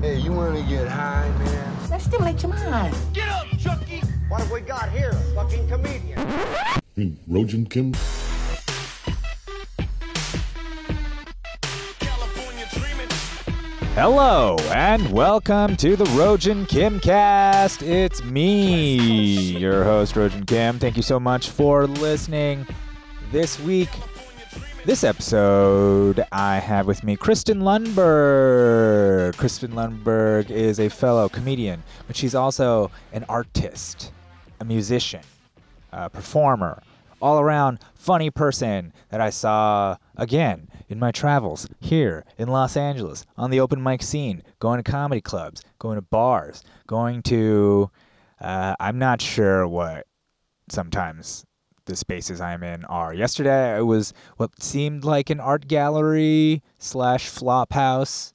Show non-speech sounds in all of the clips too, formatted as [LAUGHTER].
You want to get high, man? That stimulates your mind. Get up, Chucky! What have we got here? A fucking comedian. Hmm, Rojan Kim. California dreaming. Hello and welcome to the Rojan Kimcast. It's me, your host Rojan Kim. Thank you so much for listening. This week, this episode, I have with me Kristen Lundberg. Kristen Lundberg is a fellow comedian, but she's also an artist, a musician, uh, performer, all around funny person that I saw again in my travels here in Los Angeles on the open mic scene, going to comedy clubs, going to bars, going to. Uh, I'm not sure what sometimes the spaces I'm in are. Yesterday it was what seemed like an art gallery slash flop house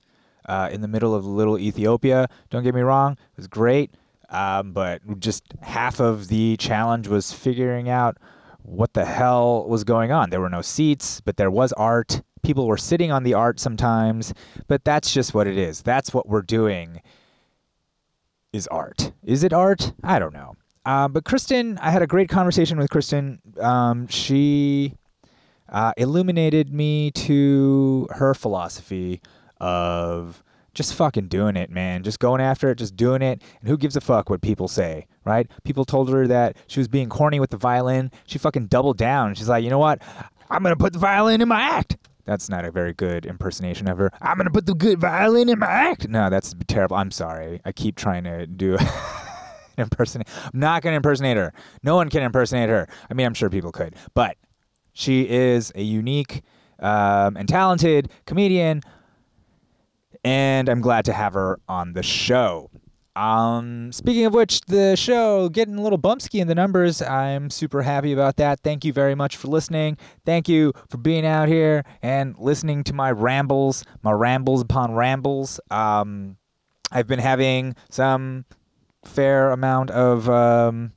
uh, in the middle of little Ethiopia. Don't get me wrong, it was great, um, but just half of the challenge was figuring out what the hell was going on. There were no seats, but there was art. People were sitting on the art sometimes, but that's just what it is. That's what we're doing is art. Is it art? I don't know. Uh, but Kristen, I had a great conversation with Kristen. Um, she uh, illuminated me to her philosophy of just fucking doing it, man. Just going after it, just doing it. And who gives a fuck what people say, right? People told her that she was being corny with the violin. She fucking doubled down. She's like, you know what? I'm going to put the violin in my act. That's not a very good impersonation of her. I'm going to put the good violin in my act. No, that's terrible. I'm sorry. I keep trying to do impersonate. I'm not going to impersonate her. No one can impersonate her. I mean, I'm sure people could, but she is a unique um, and talented comedian, and I'm glad to have her on the show. Um, speaking of which, the show getting a little bumpsky in the numbers. I'm super happy about that. Thank you very much for listening. Thank you for being out here and listening to my rambles, my rambles upon rambles. Um, I've been having some fair amount of um,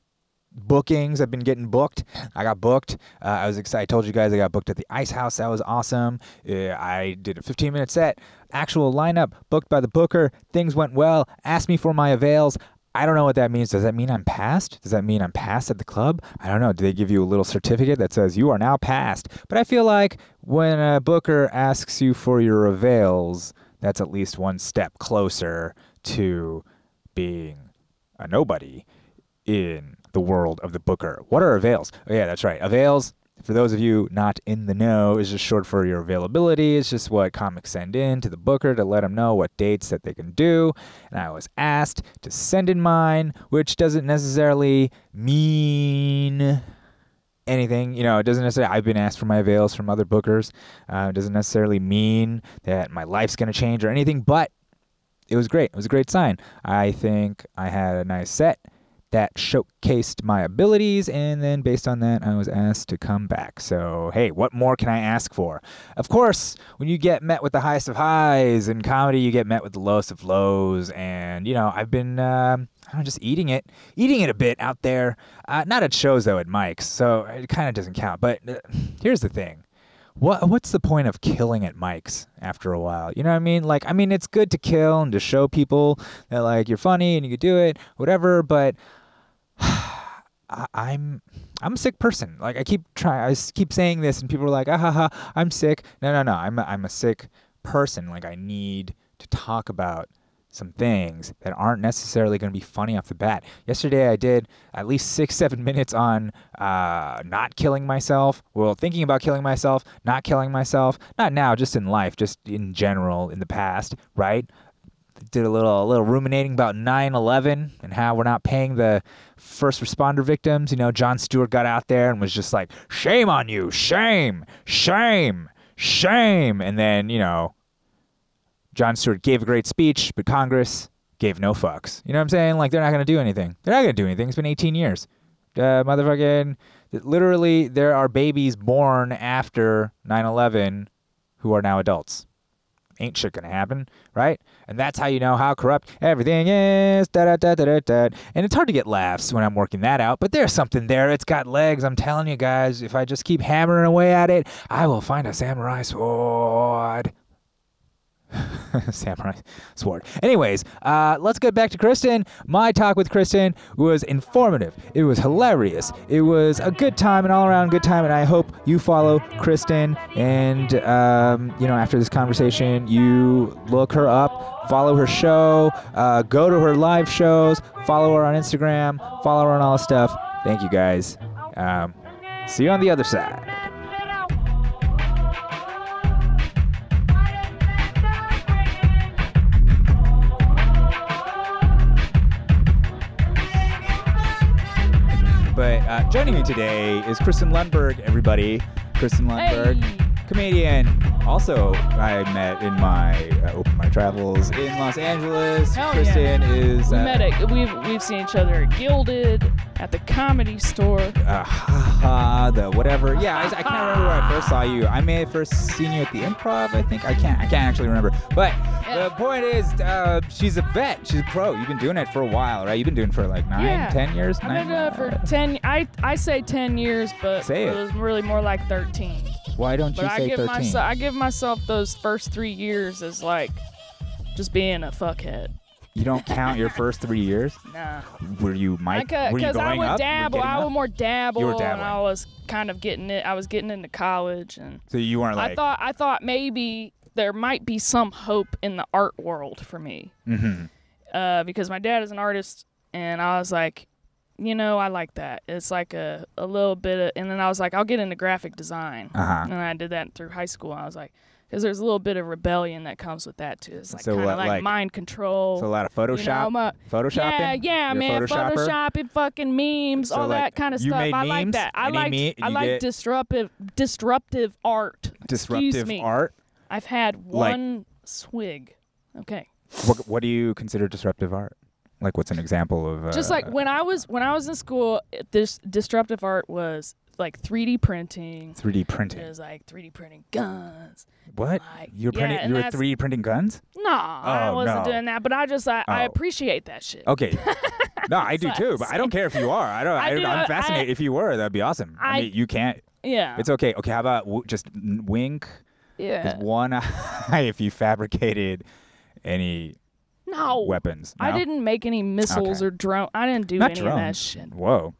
bookings. I've been getting booked. I got booked. Uh, I was excited. I told you guys I got booked at the Ice House. That was awesome. Uh, I did a 15 minute set. Actual lineup booked by the booker. Things went well. Asked me for my avails. I don't know what that means. Does that mean I'm passed? Does that mean I'm passed at the club? I don't know. Do they give you a little certificate that says you are now passed? But I feel like when a booker asks you for your avails, that's at least one step closer to being a nobody in the world of the booker. What are avails? Oh, yeah, that's right. Avails, for those of you not in the know, is just short for your availability. It's just what comics send in to the booker to let them know what dates that they can do. And I was asked to send in mine, which doesn't necessarily mean anything. You know, it doesn't necessarily. I've been asked for my avails from other bookers. Uh, it doesn't necessarily mean that my life's going to change or anything, but it was great. It was a great sign. I think I had a nice set that showcased my abilities, and then based on that, I was asked to come back. So, hey, what more can I ask for? Of course, when you get met with the highest of highs in comedy, you get met with the lowest of lows, and you know, I've been. Um, I'm just eating it, eating it a bit out there. Uh, not at shows though, at mics, so it kind of doesn't count. But uh, here's the thing: what what's the point of killing at mics after a while? You know what I mean? Like I mean it's good to kill and to show people that like you're funny and you can do it, whatever, but I, I'm I'm a sick person. Like I keep trying I s- keep saying this and people are like, "Ah ha ha, I'm sick." No, no, no. I'm a, I'm a sick person. Like I need to talk about some things that aren't necessarily going to be funny off the bat. Yesterday, I did at least six, [LAUGHS] seven minutes on uh, not killing myself. Well, thinking about killing myself, not killing myself. Not now, just in life, just in general, in the past, right? Did a little, a little ruminating about 9/11 and how we're not paying the first responder victims. You know, John Stewart got out there and was just like, "Shame on you, shame, shame, shame," and then you know John Stewart gave a great speech, but Congress gave no fucks. You know what I'm saying? Like they're not gonna do anything. They're not gonna do anything. It's been 18 years. Uh, motherfucking, literally, there are babies born after 9/11 who are now adults. Ain't shit gonna happen, right? And that's how you know how corrupt everything is. Da da da da da da. And it's hard to get laughs when I'm working that out, but there's something there. It's got legs. I'm telling you guys, if I just keep hammering away at it, I will find a samurai sword. [LAUGHS] Samurai sword. Anyways, uh, let's get back to Kristen. My talk with Kristen was informative. It was hilarious. It was a good time, an all-around good time. And I hope you follow Kristen. And um, you know, after this conversation, you look her up, follow her show, uh, go to her live shows, follow her on Instagram, follow her on all this stuff. Thank you guys. Um, see you on the other side. But uh, joining me today is Kristen Lundberg, everybody. Kristen Lundberg, Hey. comedian. Also, I met in my uh, open my travels in Los Angeles. Hell yeah. Kristen is We uh, met at, we've we've seen each other at Gilded, at the comedy store. uh, ha, ha, the whatever. Yeah, I, I can't remember where I first saw you. I may have first seen you at the improv. I think I can't. I can't actually remember. But Yeah. the point is, uh, she's a vet. She's a pro. You've been doing it for a while, right? You've been doing it for like nine, ten Yeah. years. I've been nine, doing it for uh, ten. I I say ten years, but Say it. it was really more like thirteen. why don't you But I say give thirteen? myself I give myself those first three years as like just being a fuckhead. You don't count your first three years. Nah, Were you Mike? were you because going I would up? dabble. Were you I getting would up? more dabble, and dabbling. I was kind of getting it. I was getting into college, and So you weren't like. I thought I thought maybe there might be some hope in the art world for me. Mm-hmm. Uh, because my dad is an artist, and I was like, you know, I like that. It's like a, a little bit of, and then I was like, I'll get into graphic design. Uh-huh. And I did that through high school. I was like, because there's a little bit of rebellion that comes with that too. It's like So kind what, of like, like- mind control. so a lot of you know, Photoshop. I'm a- Photoshopping. Yeah, yeah, You're a man. Photoshopper? Photoshopping, fucking memes, So, all like, that kind of you stuff. made I like memes? that. I Any like me- I you like get- disruptive disruptive art. Disruptive Excuse me. art. I've had Like- one swig. Okay. What, what do you consider disruptive art? Like, what's an example of? Uh, Just like when I was when I was in school, it- this disruptive art was like 3D printing. 3D It printing. was like 3D printing guns. What? like- you're yeah, printing. and you're that's- 3D printing guns. No, I Oh, wasn't no. doing that, but I just I, I Oh. appreciate that shit. [LAUGHS] Okay. no, I do too, but I don't care if you are. I don't. I I do, I'm I- fascinated. if you were, that'd be awesome. I, I- mean, you can't. Yeah. It's okay. Okay, how about w- just n- wink with yeah. one [LAUGHS] eye if you fabricated any No. weapons? Oh. I No? didn't make any missiles Okay. or drone. I didn't do Not any drones. of that shit. [LAUGHS] Whoa.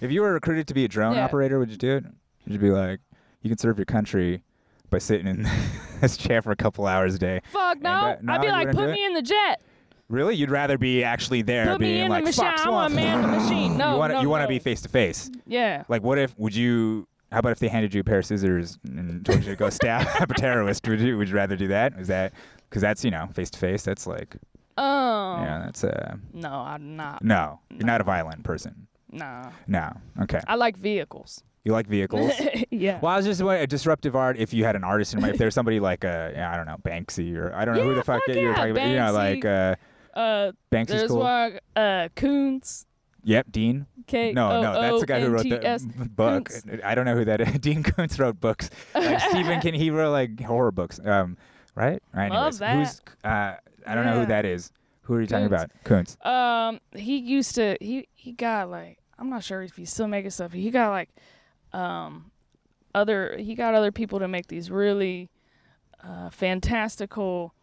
if you were recruited to be a drone Yeah. operator, would you do it? You'd be like, you can serve your country by sitting in [LAUGHS] this chair for a couple hours a day. Fuck no. that- no, I'd be you like, wouldn't put do it? me in the jet. Really? You'd rather be actually there Put being me in like, the machine. Fox I want Swamp. a man in the machine. No, [LAUGHS] you want to no, you want to no. be face to face. [LAUGHS] Yeah. Like, what if, would you, how about if they handed you a pair of scissors and told you to go [LAUGHS] stab [LAUGHS] a terrorist? Would you, would you rather do that? Is that, because that's, you know, face to face. That's like, Um. yeah, that's uh, No, I'm not. no, you're not a violent person. Nah. No. Okay. I like vehicles. You [LAUGHS] like vehicles? yeah. Well, I was just wondering, a disruptive art. If you had an artist in mind, if there's somebody like uh, yeah, I don't know, Banksy or I don't know who Yeah, the fuck, fuck that you were yeah, talking about. You know, like uh, Uh, Banksy's there's cool. one. Uh, Coons. Yep, Dean. K No, O no, that's the guy who wrote the O N T S, b- book. Kuntz. I don't know who that is. [LAUGHS] Dean Koontz wrote books. [LAUGHS] Like Stephen King, he wrote like horror books. Um, right? Right. Love Anyways, Who's, uh, I don't know who Yeah. that is. Who are you talking Kuntz. about? Koontz. Um, he used to he he got like I'm not sure if he's still making stuff. He got like um other he got other people to make these really uh, fantastical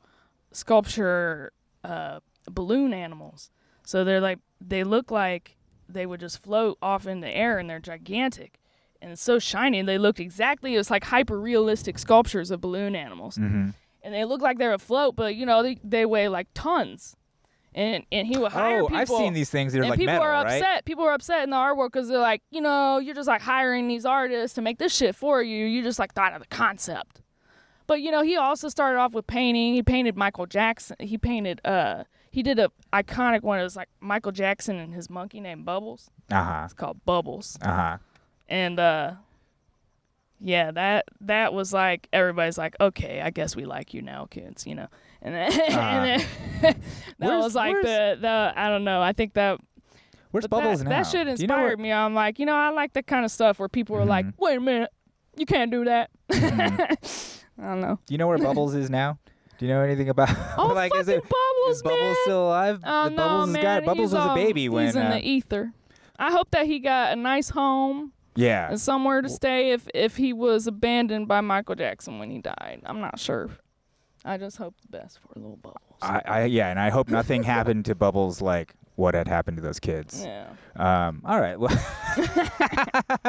sculpture uh, balloon animals. So they're like they look like they would just float off in the air and they're gigantic and it's so shiny and they looked exactly it was like hyper realistic sculptures of balloon animals Mm-hmm. and they look like they're afloat but you know they, they weigh like tons and and he would hire Oh, people I've seen these things. They're and like people metal, are upset. right? People are upset in the art world because they're like, you know, you're just like hiring these artists to make this shit for you. You just like thought of the concept. But you know, he also started off with painting. He painted Michael Jackson. He painted uh he did a iconic one. It was like Michael Jackson and his monkey named Bubbles. Uh huh. It's called Bubbles. Uh huh. And uh yeah, that that was like everybody's like, okay, I guess we like you now, kids, you know. And then, [LAUGHS] and then that Uh-huh. Where's- was like the the I don't know. I think that Where's but Bubbles that, now? That shit Do you know Mm-hmm. inspired where- me. I'm like, you know, I like the kind of stuff where people are like, wait a minute, you can't do that. [LAUGHS] Mm-hmm. I don't know. Do you know where Bubbles is now? Do you know anything about? [LAUGHS] Oh, [LAUGHS] like, is fucking it, Bubbles, is Bubbles man. still alive? Oh, The no, Bubbles is man. got- Bubbles he's was a all- baby when. He's in uh, the e- ether. I hope that he got a nice home yeah. and somewhere to stay if, if he was abandoned by Michael Jackson when he died. I'm not sure. I just hope the best for little bubbles. I, I yeah, and I hope nothing happened to Bubbles like what had happened to those kids. yeah. Um, all right. Well, [LAUGHS]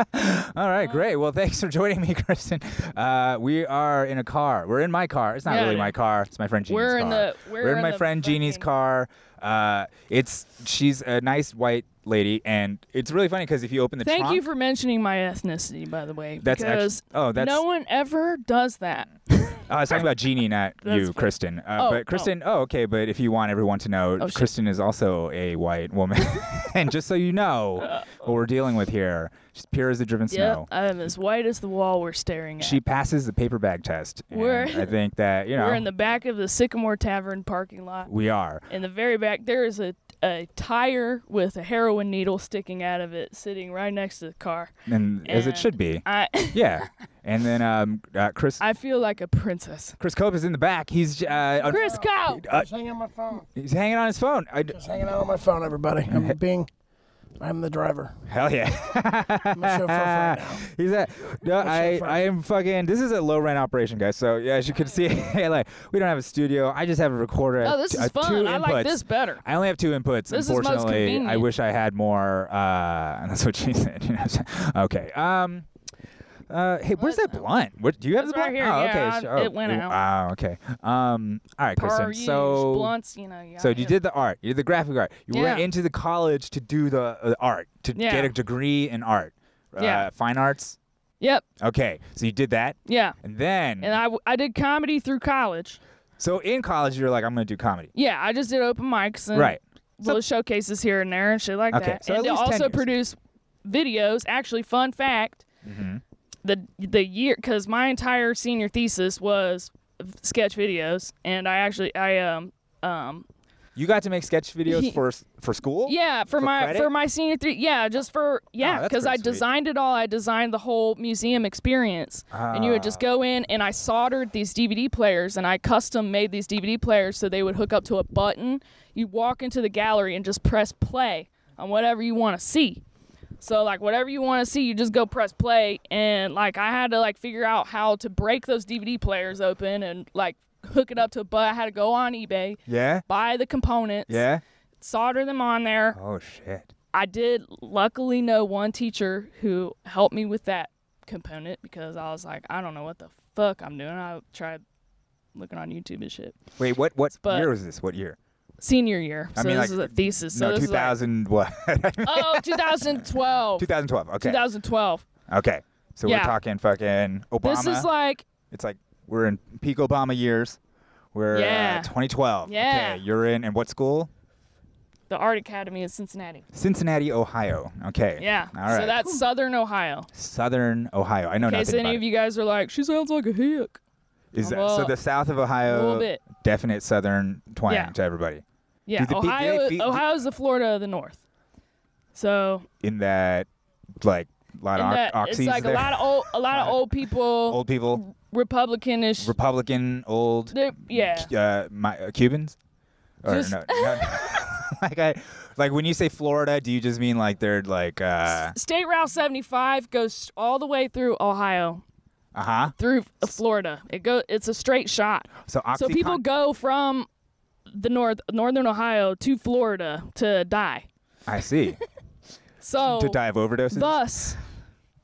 [LAUGHS] all right. Great. Well, thanks for joining me, [LAUGHS] Kristen. Uh, we are in a car. We're in my car. It's not Yeah, really yeah. my car. It's my friend Jeannie's We're car. in the- we're in in my the friend Jeannie's fucking- car. Uh, it's she's a nice white lady, and it's really funny because if you open the Thank trunk, you for mentioning my ethnicity, by the way. That's actu- because oh, that's- no one ever does that. Oh, I was talking about Jeannie, not you, funny. Kristen. Uh, Oh, but Kristen, oh. okay. But if you want everyone to know, Oh, shit. Kristen is also a white woman. [LAUGHS] and just so you know, Uh, what we're dealing with here, she's pure as the driven Yeah, snow. I'm as white as the wall we're staring at. She passes the paper bag test. and We're- I think that you [LAUGHS] know We're in the back of the Sycamore Tavern parking lot. we are. In the very back, there is a, a tire with a heroin needle sticking out of it, sitting right next to the car. and as it And should be. I [LAUGHS] yeah. And then um, uh, Chris I feel like a princess. Chris Cope is in the back. He's uh, un- Chris Cow. uh, Just hanging on my phone. he's hanging on his phone. I d- Just hanging out on my phone, everybody. [LAUGHS] I'm being, I'm the driver. hell yeah. I'm a chauffeur for right now. [LAUGHS] He's at no, I, friend. I am fucking. This is a low rent operation, guys. So yeah, as you can see, [LAUGHS] like we don't have a studio. I just have a recorder. Oh, this t- is uh, fun. two I like inputs. this better. I only have two inputs. This is most unfortunately, I convenient. wish I had more. Uh, [LAUGHS] and that's what she said. You know [LAUGHS] what I'm saying? okay. Um. Uh, hey, where's that blunt? What, do you have It's the blunt? right here. Oh, Yeah, okay. I- it went out. Oh, okay. Um. All right, Kristen. Parrish, So. blunts, you know. So you did the art. You did the graphic art. You went Yeah. into the college to do the uh, art to Yeah. get a degree in art. Yeah. Uh, fine arts. Yep. Okay, so you did that, Yeah. and then And I, w- I did comedy through college. so in college you're like, I'm gonna do comedy, Yeah, I just did open mics and right? little showcases here and there and shit like Okay, that. so at and they least 10 also years. produce videos. Actually, fun fact: Mm-hmm. the the year because my entire senior thesis was sketch videos, and I actually I um um You got to make sketch [LAUGHS] videos He- for for school. yeah for, For my credit? Oh, for my senior three yeah just for yeah that's because I pretty sweet. designed it all. I designed the whole museum experience, and you would just go in and I soldered these DVD players and I custom made these DVD players so they would hook up to a button. You walk into the gallery and just press play on whatever you want to see. So like whatever you want to see, you just go press play and like I had to like figure out how to break those DVD players open and like hook it up to a butt. I had to go on eBay, Yeah. buy the components, Yeah. solder them on there. Oh shit. I did luckily know one teacher who helped me with that component because I was like, I don't know what the fuck I'm doing. I tried looking on YouTube and shit. Wait, what what But- year was this? What year? Senior year. So I mean, this like, is a thesis. So no, this 2000 what? [LAUGHS] is like, oh, 2012. 2012. Okay. 2012. Okay. So Yeah. we're talking fucking Obama. This is like, it's like we're in peak Obama years. We're Yeah. uh, 2012. Yeah. Okay, you're in and what school? the Art Academy in Cincinnati. Cincinnati, Ohio. Okay. Yeah. All right. So that's Southern Ohio. Southern Ohio. I know In case nothing about any it. of you guys are like, she sounds like a hick. Is that, Well, so the south of Ohio? little bit. Definite southern twang Yeah. to everybody. Yeah. the pe- do they Ohio, fe- do- Ohio's the Florida of the North. So In that, like, a lot and of that, ox- it's oxys like there. a lot of old, a [LAUGHS] lot of old people, old people, Republicanish. Republican, old, They're- yeah. uh, my, uh, Cubans. Or Just- no, no- [LAUGHS] like I, like when you say Florida, do you just mean like they're like, uh State Route 75 goes all the way through Ohio, huh? through Florida. It go it's a straight shot. uh-huh? So Oxycon- So people go from the north northern Ohio to Florida to die. I see. So to die of overdoses. thus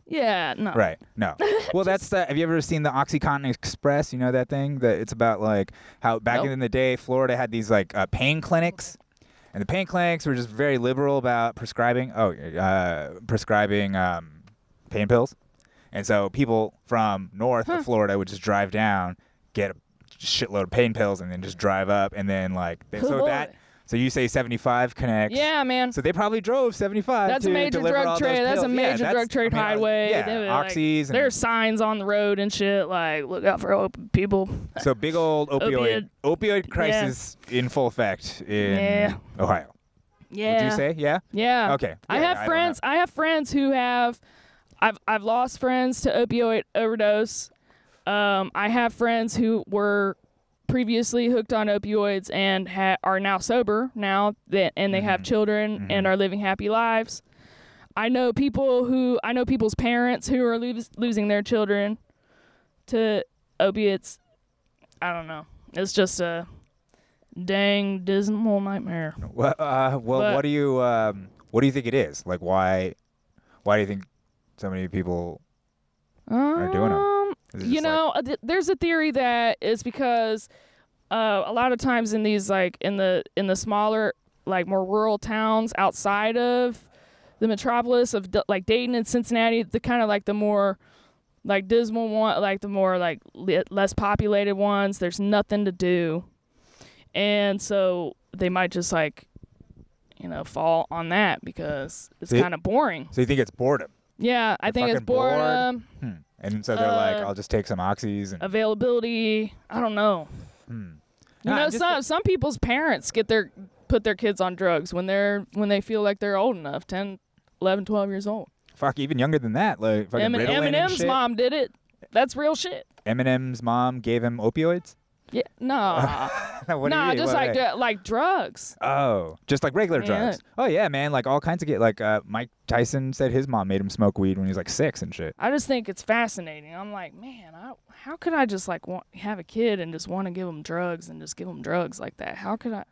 yeah, no. Right. No. Well, that's the. Have you ever seen the OxyContin Express? You know that thing that it's about like how back Nope. in the day Florida had these like uh, pain clinics, and the pain clinics were just very liberal about prescribing. Oh, uh, prescribing um, pain pills, and so people from north of Florida would just drive down, get a shitload of pain pills, and then just drive up, and then like they, so Boy. that. So you say 75 connects. Yeah, man. So they probably drove 75. that's to a major deliver all drug those trade. That's a pills. Yeah, major that's- drug trade I mean, uh, highway. Yeah, They were like- oxys. and- there's signs on the road and shit like look out for open people. so big old opioid opioid crisis in full effect in Yeah. Ohio. Yeah. Would you say? Yeah. Yeah. Okay. I Yeah, I have don't friends. I, have friends who have. I've I've lost friends to opioid overdose. Um, I have friends who were previously hooked on opioids and ha- are now sober now that and they Mm-hmm. have children and are living happy lives. I know people who I know people's parents who are lose losing their children to opiates. I don't know. It's just a dang dismal nightmare. Well, uh, well But- what do you um, what do you think it is? Like, why why do you think so many people? Are doing 'em. Um, Is it you just like- know, uh, th- there's a theory that it's because uh, a lot of times in these like in the in the smaller like more rural towns outside of the metropolis of D- like Dayton and Cincinnati, the kind of like the more like dismal one, like the more like le- less populated ones. There's nothing to do, and so they might just like you know fall on that because it's See- kind of boring. So you think it's boredom, Yeah, I think it's fucking bored. boredom. and so they're like, Uh, I'll just take some oxys and availability. I don't know. You Hmm. Nah, know, just some some people's parents get their put their kids on drugs when they're when they feel like they're old enough, 10, 11, 12 years old. fuck even younger than that. Like fucking Em- Ritalin and Eminem's shit. mom did it. That's real shit. Eminem's mom gave him opioids. [LAUGHS] Yeah, no, what do you no, mean? just What- like wait. dr- like drugs. oh, just like regular Yeah. drugs. Oh yeah, man, like all kinds of get like uh, Mike Tyson said his mom made him smoke weed when he was like six and shit. I just think it's fascinating. I'm like, man, I, how could I just like want, have a kid and just want to give them drugs and just give them drugs like that? How could I?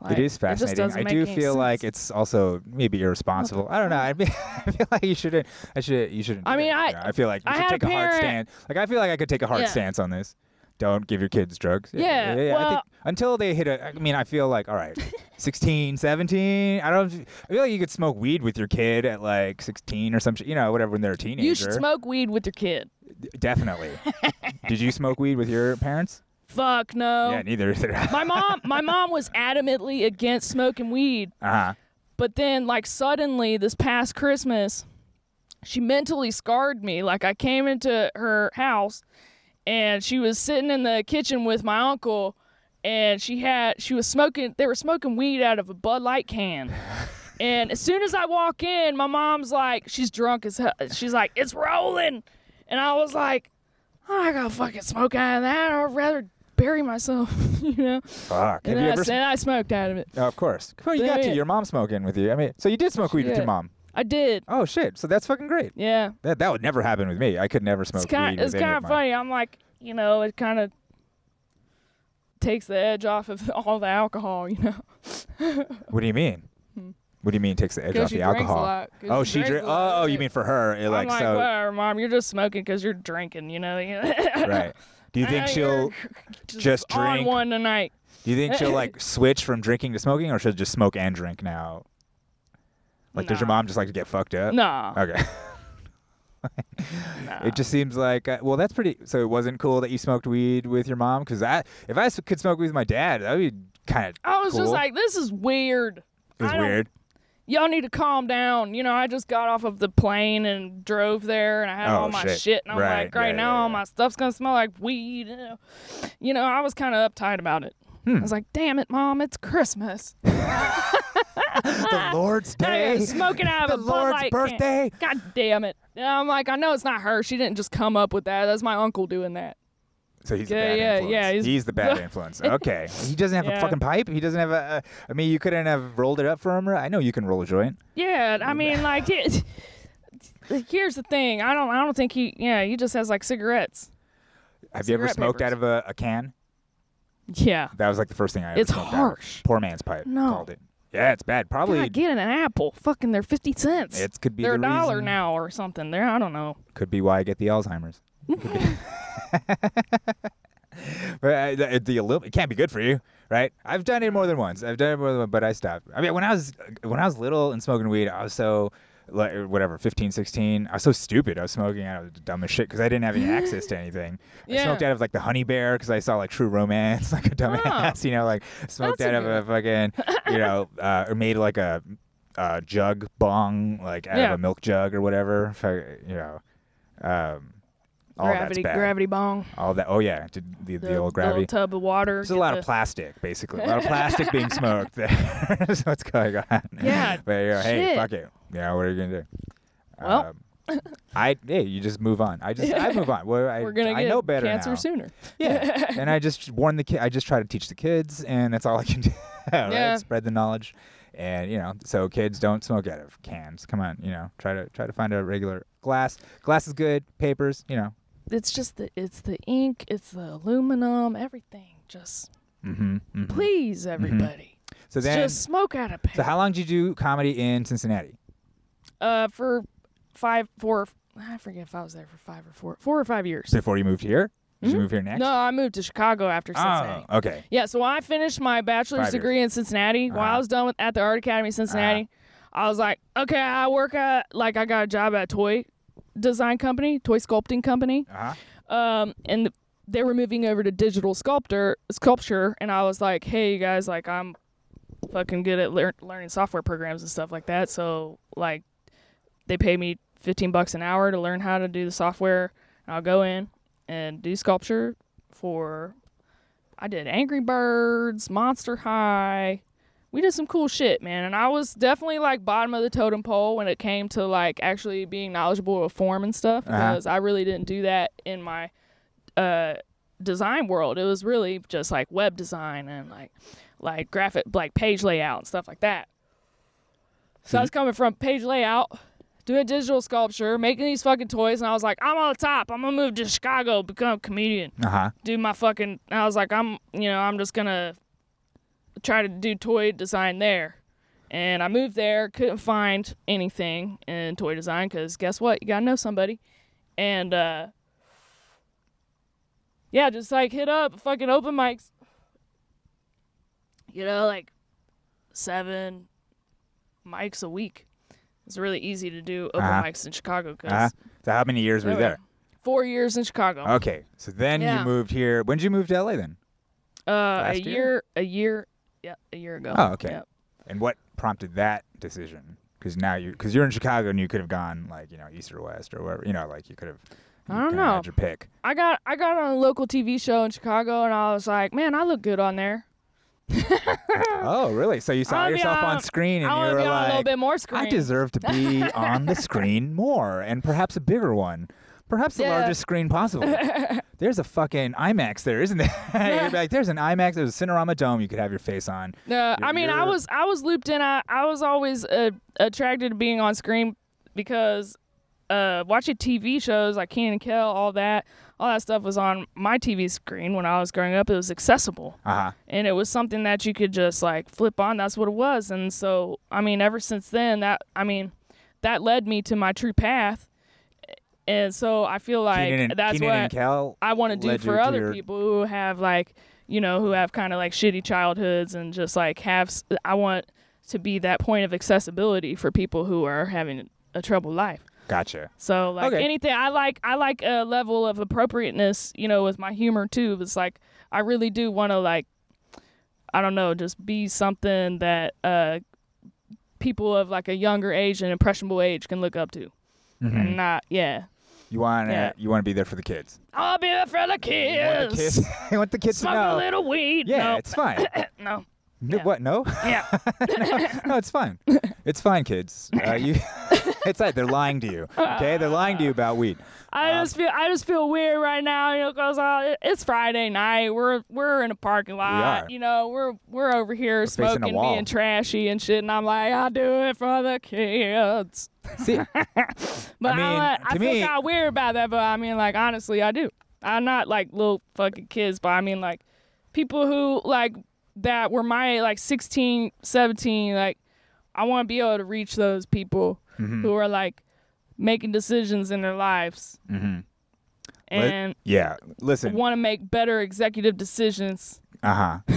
Like, it is It just fascinating. doesn't I make do any feel sense. like it's also maybe irresponsible. I don't know. I, mean, I feel [LAUGHS] like you shouldn't. I should. You shouldn't. I do mean, that, I- you know? I feel like you I should had a take a, hard parent- stance. Like I feel like I could take a hard Yeah. stance on this. Don't give your kids drugs. Yeah, I well- think until they hit a. I mean, I feel like [LAUGHS] all right, 16, 17. I don't. I feel like you could smoke weed with your kid at like sixteen or some shit. You know, whatever when they're a teenager. you should smoke weed with your kid. [LAUGHS] Definitely. Did you smoke weed with your parents? Fuck no. Yeah, neither. my mom my mom was adamantly against smoking weed uh huh. but then like suddenly this past christmas she mentally scarred me like i came into her house and she was sitting in the kitchen with my uncle and she had she was smoking they were smoking weed out of a bud light can and as soon as i walk in my mom's like she's drunk as hell she's like it's rolling and i was like i'm not gonna fucking smoke out of that i'd rather bury myself [LAUGHS] you know Fuck. and then, Have you I, ever? and I smoked out of it Oh, of course. Well, you got to. Yeah. Your mom's smoking with you. I mean, so you did smoke weed with your Shit. mom. i did Oh shit! So that's fucking great. yeah That that would never happen with me. I could never smoke it's kind weed of it's with any kind of of mine. funny. I'm like, you know, it kind of takes the edge off of [LAUGHS] all the alcohol, you know. What do you mean? What do you mean takes the edge Hmm. 'Cause off she the drinks a alcohol? lot. 'Cause Oh, she she drinks drinks. a lot. Oh, you mean for her? It, like I'm like, so. whatever, mom, you're just smoking because you're drinking, you know. [LAUGHS] Right. [LAUGHS] Do you think she'll? just, just on drink? one tonight? Do you think [LAUGHS] she'll like switch from drinking to smoking, or she'll just smoke and drink now? Like, does your Nah. mom just like to get fucked up? No, Okay. [LAUGHS] It just seems like uh, well, that's pretty. So it wasn't cool that you smoked weed with your mom, because I, if I s- could smoke weed with my dad, that would be kind of. I was just like, this is weird. it was I don't- weird. [LAUGHS] Y'all need to calm down. You know, I just got off of the plane and drove there, and I had Oh, all my shit. shit, and I'm Right. like, great, Yeah, now yeah, all yeah. my stuff's gonna smell like weed. You know, I was kind of uptight about it. Hmm. I was like, damn it, mom, it's Christmas. [LAUGHS] the Lord's Hey, day. smoking out the of a Bud Lord's Light can. birthday. God damn it. And I'm like, I know it's not her. She didn't just come up with that. That's my uncle doing that. [LAUGHS] So he's Yeah, the bad yeah, influence. yeah, He's, he's- [LAUGHS] the bad influence. Okay. He doesn't have a Yeah. fucking pipe. He doesn't have a. uh, I mean, you couldn't have rolled it up for him. or- I know you can roll a joint. Yeah, Mm. I mean, like, it, [LAUGHS] here's the thing. I don't, I don't think he. Yeah, he just has like cigarettes. Have you ever Cigarette smoked out papers. of a, a can? Yeah. That was like the first thing I ever It's smoked out of. harsh. Poor man's pipe. No. Called it. Yeah, it's bad. Probably. God, getting an apple. Fucking, they're fifty cents. It could be they're the a dollar reason- now or something. They're, I don't know. could be why I get the Alzheimer's. [LAUGHS] Could be. [LAUGHS] but I, the, the Olymp- it can't be good for you, right? I've done it more than once. I've done it more than once, but I stopped. I mean, when I was when I was little and smoking weed, I was so like whatever 15 16 i was so stupid i was smoking out of the dumbest shit because i didn't have any [GASPS] access to anything i Yeah. Oh. smoked out of like the honey bear because i saw like true romance [LAUGHS] like a dumbass you know like smoked That's a out of a fucking [LAUGHS] you know uh, or made like a uh, jug bong like out of Yeah. a milk jug or whatever Fuck, you know um, all gravity, that's bad. gravity bong. All that. Oh yeah, did the, the, old gravity. little tub of water. There's a get lot the- of plastic, basically. [LAUGHS] A lot of plastic being smoked. there. [LAUGHS] That's what's going on. Yeah, [LAUGHS] But you know, hey, shit. fuck it. Yeah, what are you gonna do? Well. Um, I hey, you just move on. I just I move on. Well, I, We're gonna I get know better cancer now. sooner. [LAUGHS] Yeah. and I just warn the kid. I just try to teach the kids, and that's all I can [LAUGHS] do. right? Yeah. Spread the knowledge, and you know, so kids don't smoke out of cans. Come on, you know, try to try to find a regular glass. Glass is good. Papers, you know, It's just the, it's the ink, it's the aluminum, everything. Just please, everybody. So Mm-hmm, then, Just smoke out of so pain. how long did you do comedy in Cincinnati? uh, for five, four, I forget if I was there for five or four, four or five years. Before you moved here? Did you move here next? Hmm? No, I moved to Chicago after Cincinnati. Oh, okay. Yeah, so I finished my bachelor's Five years. Uh-huh. degree in Cincinnati. While I was done with, at the Art Academy in Cincinnati, I was like, okay, I work at like I got a job at a toy design company, toy sculpting company, Uh-huh. um, and th- they were moving over to digital sculptor sculpture, and I was like, hey, you guys, like I'm fucking good at lear- learning software programs and stuff like that, so like they pay me 15 bucks an hour to learn how to do the software, and I'll go in and do sculpture for I did Angry Birds, Monster High. We did some cool shit, man. And I was definitely like bottom of the totem pole when it came to like actually being knowledgeable of form and stuff because I really didn't do that in my uh, design world. It was really just like web design and like like graphic like page layout and stuff like that. So I was coming from page layout, doing digital sculpture, making these fucking toys, and I was like, I'm on top. I'm gonna move to Chicago, become a comedian Uh-huh. do my fucking I was like I'm you know I'm just gonna try to do toy design there and I moved there couldn't find anything in toy design because guess what you gotta know somebody and uh yeah just like hit up fucking open mics you know like seven mics a week it's really easy to do open Uh-huh. mics in Chicago because Uh-huh. So how many years were you there? four years in Chicago Okay. So then Yeah. you moved here. When did you move to LA then? Uh, a Last year? year? a year, yeah, a year ago. Oh, okay. Yep. And what prompted that decision? Because now you, because you're in Chicago and you could have gone like you know east or west or wherever. You know, like you could have. you I don't kinda Had know. your pick. I got I got on a local TV show in Chicago, and I was like, man, I look good on there. Oh, really? So you saw wanna be yourself on on- screen and I you want to were be on a little like, bit more screen. I deserve to be on [LAUGHS] the screen more and perhaps a bigger one. Perhaps the Yeah. largest [LAUGHS] screen possible. there's a fucking IMAX there, isn't there? [LAUGHS] You'd be like, there's an IMAX, there's a Cinerama Dome you could have your face on. No, I mean, I you're- was I was looped in. I I was always uh, attracted to being on screen because uh, watching TV shows like Keenan and Kel, all that, all that stuff was on my TV screen when I was growing up. It was accessible. Uh huh. and it was something that you could just like flip on that's what it was and so i mean ever since then that i mean that led me to my true path and so i feel like Keenan and, that's Keenan what and Kel i want to do led you for to other your- people who have like you know who have kind of like shitty childhoods and just like have s- i want to be that point of accessibility for people who are having a troubled life Gotcha. so like Okay. anything, I like I like a level of appropriateness, you know, with my humor too. It's like I really do want to like, I don't know, just be something that uh, people of like a younger age and impressionable age can look up to, Mm-hmm. and not yeah. You wanna Yeah. you wanna be there for the kids. I'll be there for the You wanna kids. kiss- [LAUGHS] you want the kids Smoke to know. a little weed. yeah, no, it's [LAUGHS] fine. no. No, Yeah. What? No? [LAUGHS] Yeah. No, it's fine. It's [LAUGHS] fine, kids. Uh, you, [LAUGHS] it's like they're lying to you. Okay, they're lying to you about weed. I Uh, just feel I just feel weird right now, you know, cause uh, it's Friday night. We're we're in a parking lot, are. you know. We're we're over here facing a smoking, wall. being trashy and shit, and I'm like, I do it for the kids. See, [LAUGHS] But I, mean, let- I to feel me- kind of weird about that. But I mean, like honestly, I do. I'm not like little fucking kids, but I mean like people who like that were my like 16, 17. Like I want to be able to reach those people Mm-hmm. who are like making decisions in their lives Mm-hmm. and yeah. Listen. want to make better executive decisions. Uh huh.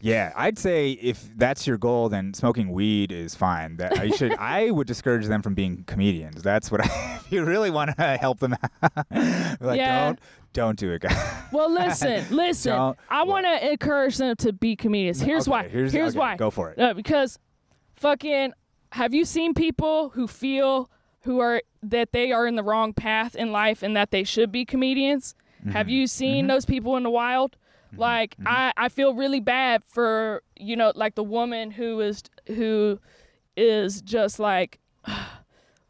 yeah, I'd say if that's your goal, then smoking weed is fine. That I should. I would discourage them from being comedians. That's what. I, [LAUGHS] if you really want to help them, [LAUGHS] out, like Yeah. don't don't do it, guys. Well, listen, listen. [LAUGHS] Don't- I want to encourage them to be comedians. Here's Okay, why. here's- Here's, okay, why. go for it. Uh, because fucking have you seen people who feel who are that they are in the wrong path in life and that they should be comedians? Mm-hmm. Have you seen those people in the wild? Like I I feel really bad for, you know, like the woman who is who is just like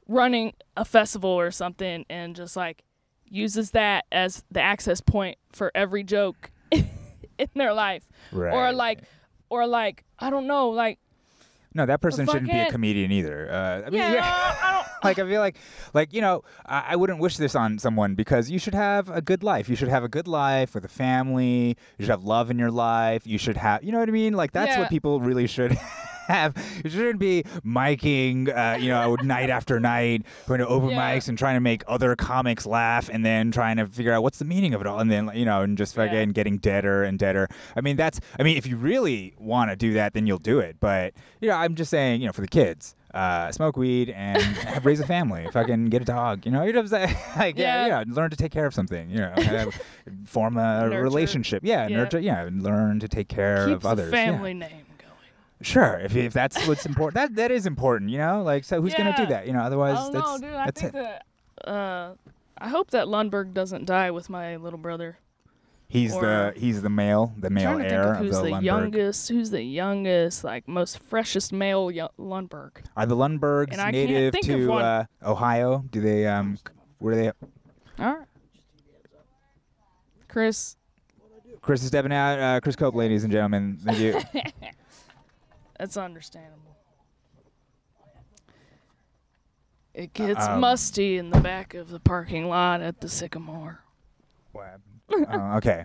running a festival or something and just like uses that as the access point for every joke [LAUGHS] in their life Right. or like or like i don't know like No, that person shouldn't be a fucking- [LAUGHS] comedian either. Uh, I mean, yeah, yeah. I like I feel like, like you know, I, I wouldn't wish this on someone because you should have a good life. You should have a good life with a family. You should have love in your life. You should have, you know what I mean? Like that's Yeah. what people really should. [LAUGHS] Have. You shouldn't be miking, uh, you know, [LAUGHS] night after night, going to open Yeah. mics and trying to make other comics laugh, and then trying to figure out what's the meaning of it all, and then you know, and just Yeah. again getting deader and deader. I mean, that's. I mean, if you really want to do that, then you'll do it. But you know, I'm just saying, you know, for the kids, uh, smoke weed and [LAUGHS] raise a family. Fucking get a dog. You know, you know what I'm saying? [LAUGHS] like, yeah. Yeah. you know, learn to take care of something. You know, have- form [LAUGHS] a Nurture. relationship. Yeah, Yeah. nurture. Yeah, and learn to take care Keep of others. the Yeah. family name going. Sure, if, if that's what's important, that that is important. You know, like so, who's gonna do Yeah. that? You know, otherwise, Oh that's no, dude! I that's think it. that. Uh, I hope that Lundberg doesn't die with my little brother. he's the or- he's the male, the I'm male trying to heir think of who's the, the, Lundberg. youngest, who's the youngest, like most freshest male yo- Lundberg. Are the Lundbergs And I can't native think of to one. uh, Ohio? Do they um where do they All right, Chris. Chris is stepping out, uh, Chris Cope, ladies and gentlemen. Thank [LAUGHS] you. That's understandable. It gets Um, musty in the back of the parking lot at the Sycamore. Wow. Oh, okay.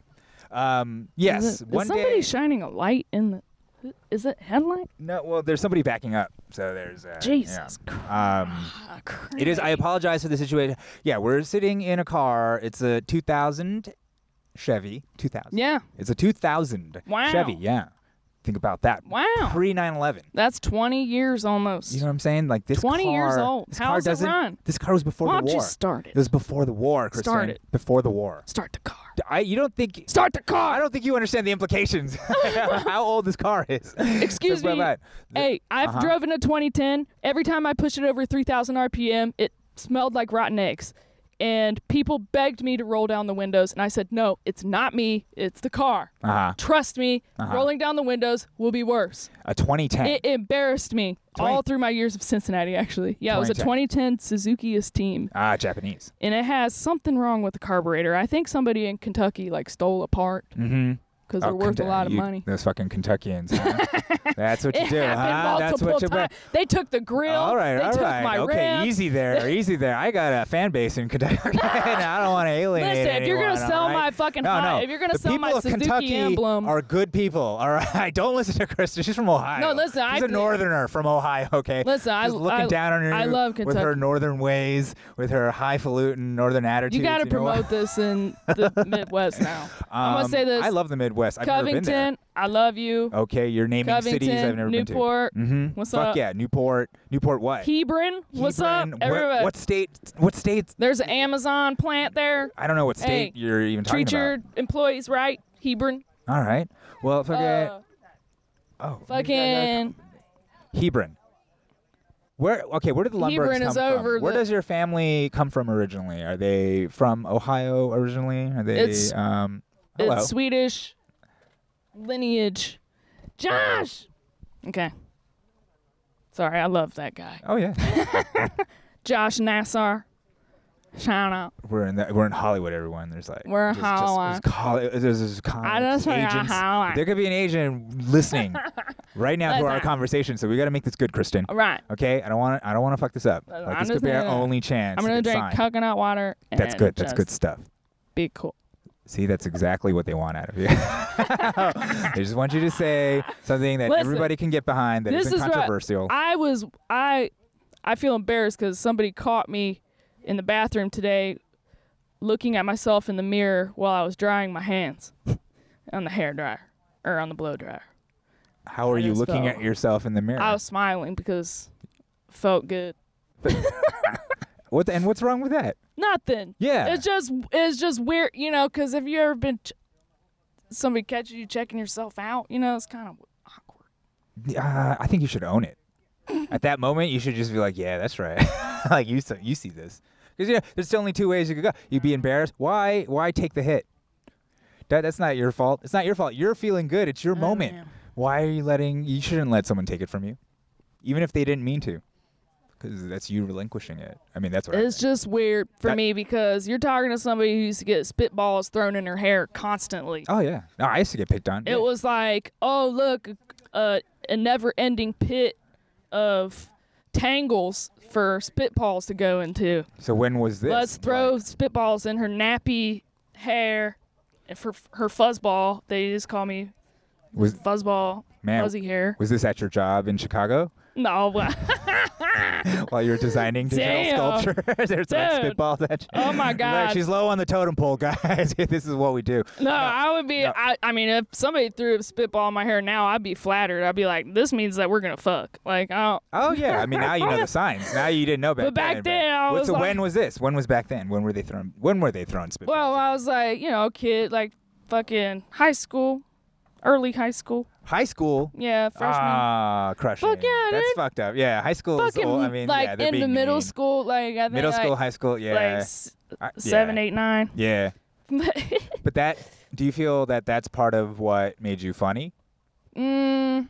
Um, yes. Is, it, is one somebody day. shining a light in the? who- Is it headlight? no. Well, there's somebody backing up. So there's. Uh, Jesus Yeah. Um, Christ! it is. I apologize for the situation. Yeah, we're sitting in a car. It's a 2000 Chevy. 2000. Yeah. It's a 2000 Wow. Chevy. Yeah. Think about that. Wow. Pre 9/11. That's 20 years almost. You know what I'm saying? Like this 20 car. years old. This How car does it doesn't. run? This car was before Why the don't you war. start it? It was before the war, Kristen. Start it. Before the war. Start the car. I you don't think [LAUGHS] Start the I car. don't think you understand [LAUGHS] the implications. [LAUGHS] how old this car is. Excuse That's me. what I'm at. Hey, I've Uh-huh. driven a 2010. Every time I pushed it over 3,000 RPM, it smelled like rotten eggs. And people begged me to roll down the windows, and I said, "No, it's not me. It's the car. Uh-huh. Trust me. Rolling down the windows will be worse." A 2010. It embarrassed me all through my years of Cincinnati. Actually, yeah, it was a 2010 Suzuki Esteem, ah, Japanese. and it has something wrong with the carburetor. I think somebody in Kentucky like stole a part because they're Mm. Oh, worth Kentu- a lot of you- money. Those fucking Kentuckians. [LAUGHS] Huh? That's what you It do, happened huh? Ah, That's multiple what you times. They took the grill. All right, they all took right. my okay, ribs. easy there, easy there. I got a fan base in Kentucky. [LAUGHS] and I don't want to alienate Listen, if you're gonna anyone, all sell my right? fucking no, hi- no. if you're gonna the sell my people of Suzuki Kentucky emblem- are good people. All right, [LAUGHS] don't listen to Kristen. She's from Ohio. No, listen, She's I- a northerner from Ohio. Okay, Listen, I- Just looking I- down on her. I love with her Kentucky. northern ways, with her highfalutin northern attitude. You got to promote the. this in [LAUGHS] the Midwest now. I'm gonna say this. Um, I love the Midwest. I've never been there. Covington. I love you. Okay, you're naming Covington, cities I've never Newport. been to. Mm-hmm. What's Fuck up? yeah, Newport. Newport what? Hebron. What's Hebron, up, where- everybody? What state? What state? There's an Amazon plant there. I don't know what state Hey, you're even talking Treat your employees right. Hebron. about. All right. Well, fucking Uh, oh, fucking. Hebron. Where? Okay, where did the Lundbergs Hebron come is from? over where the- does your family come from originally? Are they from Ohio originally? Are they? It's- um, hello. It's uh, Swedish lineage. Josh. Okay. Sorry, I love that guy. oh yeah, Josh Nassar. Shout out. we're in the, we're in Hollywood. Everyone, there's like We're in just- just- Hollywood. There's, colli- there's, there's comics, just wanna agents. Hollywood. There could be an agent listening [LAUGHS] right now to our Listen. conversation. So we got to make this good, Kristen. All right. Okay, I don't want to. I don't want to fuck this up. Listen, Like, I'm this could just be our gonna- only chance. I'm to gonna get drink signed. coconut water. That's and good. That's just good stuff. Be cool. See, that's exactly what they want out of you. [LAUGHS] they just want you to say something that Listen, everybody can get behind that This not is controversial. What I was I I feel embarrassed because somebody caught me in the bathroom today looking at myself in the mirror while I was drying my hands [LAUGHS] on the hair dryer or on the blow dryer. How are I you just looking felt- at yourself in the mirror? I was smiling because felt good. what the, and what's wrong with that? Nothing. Yeah. It's just it's just weird, you know, because have you ever been ch- somebody catches you checking yourself out? You know, it's kind of awkward. Uh, I think you should own it. At that moment, you should just be like, "Yeah, that's right." [LAUGHS] like you, so, you see this because you know there's only two ways you could go. You'd be embarrassed. Why? Why take the hit? That, that's not your fault. It's not your fault. You're feeling good. It's Oh, your moment. man. Why are you letting? You shouldn't let someone take it from you, even if they didn't mean to, because that's you relinquishing it. I mean, that's what. I It's think. just weird for That- me because you're talking to somebody who used to get spitballs thrown in her hair constantly. oh yeah. No, I used to get picked on. Yeah. It was like, oh look, uh, a never-ending pit of tangles for spitballs to go into. So when was this? Let's throw spitballs in her nappy hair, and for her fuzzball. They just call me Was fuzzball, Man, fuzzy hair. was this at your job in Chicago No, [LAUGHS] but- while you were designing digital Damn. sculpture? [LAUGHS] There's that Dude. spitball that. you- [LAUGHS] Oh my Look, God. she's low on the totem pole, [LAUGHS] guys. this is what we do. no, I would be. I, I mean, if somebody threw a spitball in my hair now, I'd be flattered. I'd be like, this means that we're gonna fuck. Like, I don't. Oh yeah, I mean now you know the signs. Now you didn't know back But back then. then, I What- was so like- when was this? When was back then? When were they throwing? When were they throwing spitballs? Well, uh, I was like, you know, kid, like fucking high school, early high school. high school. Yeah, freshman. Ah, crushing. Fuck yeah, That's dude. fucked up. Yeah, high school. is fucking old. I mean, like yeah, they're in the being middle mean. school, like I think middle like, school, high school. Yeah, like s- I- yeah. seven, eight, nine. [LAUGHS] Yeah, but that. Do you feel that that's part of what made you funny? mm,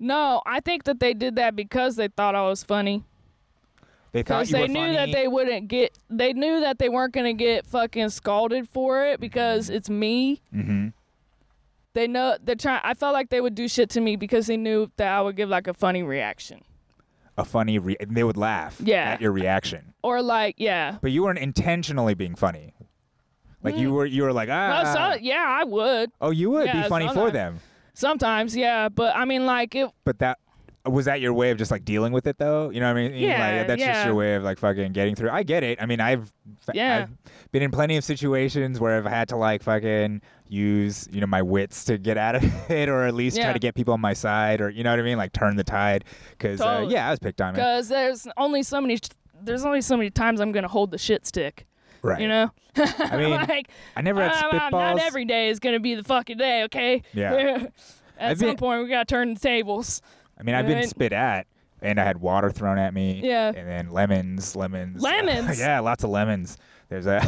no, I think that they did that because they thought I was funny. They thought Because you they were knew funny. that they wouldn't get, they knew that they weren't gonna get fucking scalded for it because it's me. Mm-hmm. They know they're trying. I felt like they would do shit to me because they knew that I would give like a funny reaction a funny. Re- they would laugh. Yeah. At your reaction, or like, yeah, but you weren't intentionally being funny. Like you were, you were like ah. Mm. No, so, yeah, I would oh, you would yeah, be funny for sometimes. them. sometimes, yeah, but I mean, like it. but that was that your way of just like dealing with it though you know what i mean Yeah, like, that's just yeah. your way of like fucking getting through i get it i mean i've fa- Yeah. I've been in plenty of situations where i've had to like fucking use you know my wits to get out of [LAUGHS] it or at least try Yeah. to get people on my side or you know what i mean like turn the tide because uh, Totally. yeah i was picked on man. Because there's only so many, there's only so many times I'm gonna hold the shit stick. right You know, i [LAUGHS] mean like i never had um, spitballs um, not every day is gonna be the fucking day, okay? Yeah. [LAUGHS] At I've some been- point, we gotta turn the tables. i mean i've been Right. spit at and i had water thrown at me Yeah. and then lemons lemons [LAUGHS] Lemons? yeah lots of lemons there's a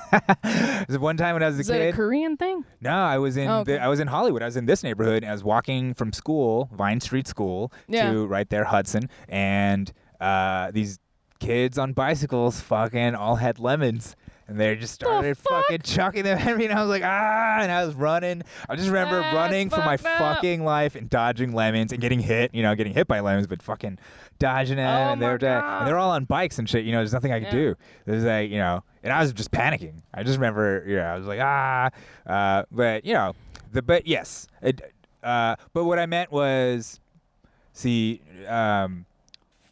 [LAUGHS] there's one time when i was a Is kid that a Korean thing? No, I was in Oh, okay. the, I was in Hollywood. I was in this neighborhood. And I was walking from school, Vine Street School, Yeah. to right there Hudson, and uh, these kids on bicycles, fucking all had lemons. And they just started fuck? fucking chucking them at me, and I was like, ah! And I was running. I just remember That's running for my fucked up. fucking life and dodging lemons and getting hit. You know, getting hit by lemons, but fucking dodging them. Oh and they my were dead. And they're all on bikes and shit. You know, there's nothing I could Yeah. do. There's like, you know, and I was just panicking. I just remember, you know, I was like, ah, uh, but you know, the but yes, it, uh, but what I meant was, see, um,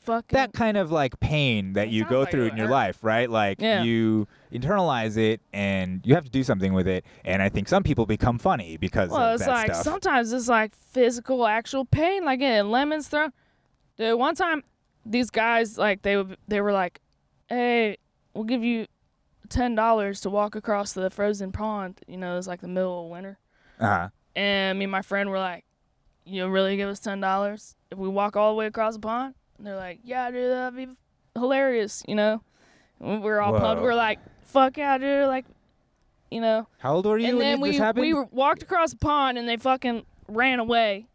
Fucking. that kind of like pain that you sounds go like through it in your hurt. life, right? Like Yeah. you internalize it and you have to do something with it. And I think some people become funny because well, of it's that like stuff. sometimes it's like physical, actual pain, like in lemons thrown. Dude, one time these guys like they would they were like, "Hey, we'll give you ten dollars to walk across the frozen pond." You know, it's like the middle of winter. uh-huh. And me and my friend were like, You'll really give us ten dollars if we walk all the way across the pond? And they're like, Yeah, dude, that'd be hilarious, you know? And we are all pumped. Whoa. We are like, Fuck yeah, dude, like you know. How old were you and when then this we happened? we were- walked across the pond and they fucking ran away.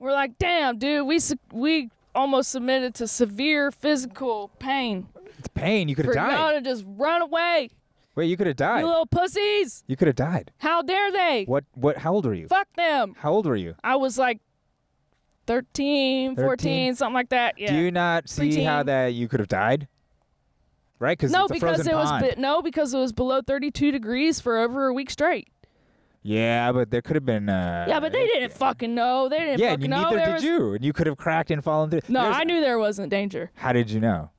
We're like, damn, dude, we su- we almost submitted to severe physical pain it's pain. You could for have y'all died. to just run away, Wait, you could have died. you little pussies! You could have died. How dare they? What? What? How old were you? Fuck them! How old were you? I was like 13, 14, something like that. Yeah. Do you not see how Preteen. that you could have died? Right? Because no, it's a because frozen it was pond. be- no, because it was below 32 degrees for over a week straight. yeah, but there could have been. Uh, yeah, but they didn't fucking know. They didn't Yeah, fucking and know. neither there did was- you, and you could have cracked and fallen through. No, There's- I knew there wasn't danger How did you know?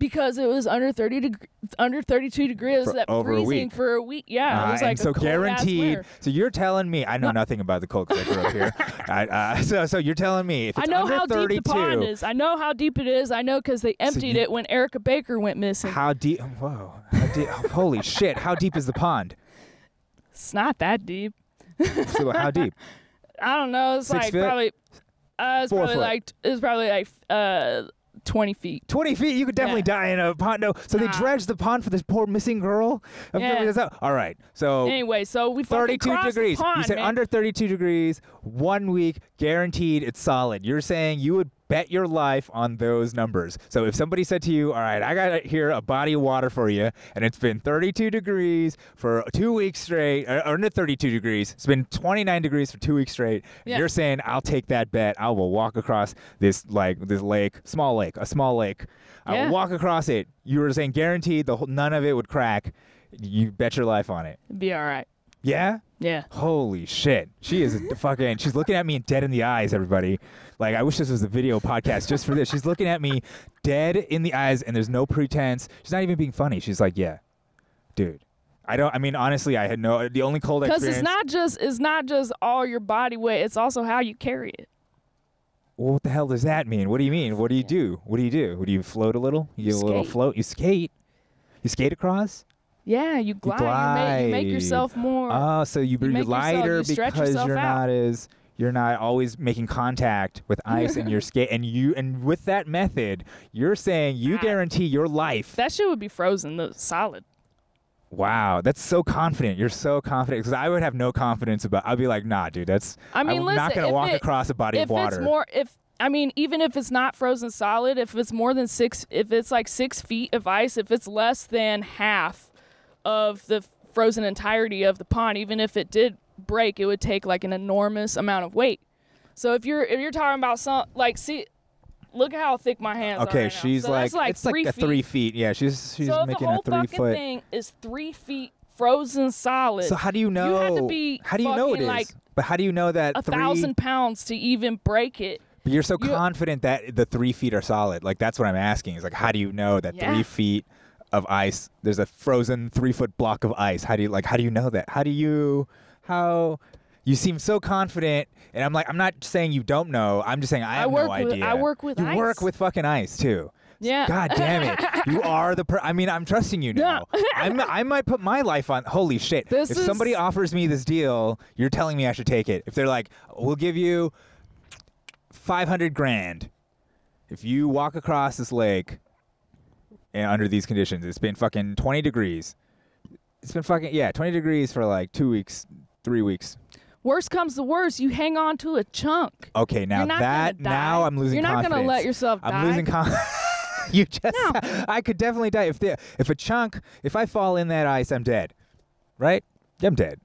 because it was under 30 deg- under 32 degrees For that over a freezing week. for a week. Yeah, Uh, it was like and a so cold-ass guaranteed. winter. So you're telling me I know nothing about the cold because I grew up [LAUGHS] here. I, uh, so so you're telling me if I it's know under how 32, deep the pond is. I know how deep it is. I know because they emptied you- it when Erica Baker went missing. how deep? Whoa! How deep, holy shit! How deep is the pond? it's not that deep. So uh, how [LAUGHS] deep? I don't know. It's Six like foot? probably. Uh, it's Four probably foot. like it's probably like uh, twenty feet. 20 feet, you could definitely Yeah. die in a pond. No, so they Nah. dredged the pond for this poor missing girl. I'm Yeah. figuring this out. All right, so Anyway, so we fucking 32 crossed the Oh. degrees. Pond, you said man. under 32 degrees, one week, guaranteed it's solid. You're saying you would bet your life on those numbers. So if somebody said to you, "All right, I got here a body of water for you, and it's been 32 degrees for two weeks straight, or, or not 32 degrees, it's been 29 degrees for two weeks straight," and Yeah. you're saying, "I'll take that bet. I will walk across this like this lake, small lake, a small lake. I Yeah. will walk across it." You were saying guaranteed the whole, none of it would crack. You bet your life on it. Be all right. Yeah. Yeah. Holy shit. She is a fucking, she's looking at me dead in the eyes, everybody. Like, I wish this was a video podcast just for this. She's looking at me dead in the eyes, and there's no pretense. She's not even being funny. She's like, yeah, dude. I don't, I mean, honestly, I had no, the only cold Because experience. it's not just it's not just all your body weight. It's also how you carry it. well, what the hell does that mean? What do you mean? What do you do? What do you do? What do you float a little? You, do a little skate. float? You skate? You skate across? Yeah, you glide. You, make, you glide. make yourself more. Oh, so you, you're make yourself- lighter you stretch because yourself you're out. not as you're not always making contact [LAUGHS] with ice in your skate, and you and with that method, you're saying you Ah. guarantee your life. that shit would be frozen. The solid. wow, that's so confident. You're so confident because I would have no confidence about. I'd be like, nah, dude, that's. I mean, am listen. not gonna if walk it- across a body if of water. it's more, if I mean, even if it's not frozen solid, if it's more than six, if it's like six feet of ice, if it's less than half of the frozen entirety of the pond, even if it did break, it would take like an enormous amount of weight. So if you're if you're talking about some like see, look at how thick my hands are. okay, right now. she's So like, that's like it's like a feet. three feet. Yeah, she's she's so if making the whole a three fucking foot. thing is three feet frozen solid. So how do you know? You had to be how do you know it fucking, is? like, but how do you know that a three? thousand pounds to even break it. But you're so You- confident that the three feet are solid. Like that's what I'm asking. Is like, how do you know that Yeah. three feet of ice? There's a frozen three foot block of ice. How do you like? How do you know that? How do you? How? You seem so confident, and I'm like, I'm not saying you don't know. I'm just saying I I have work no with- idea. I work with you ice. work with fucking ice too. Yeah. God damn it! [LAUGHS] You are the. Per- I mean, I'm trusting you now. I'm, I might put my life on. Holy shit! This if somebody is- offers me this deal, you're telling me I should take it. If they're like, "We'll give you 500 grand if you walk across this lake and under these conditions it's been fucking 20 degrees it's been fucking yeah 20 degrees for like two weeks three weeks Worst comes to worst, you hang on to a chunk. okay now You're not that gonna die. now i'm losing You're not confidence gonna let yourself i'm die. losing confidence [LAUGHS] you just [LAUGHS] i could definitely die if the if a chunk if i fall in that ice i'm dead right i'm dead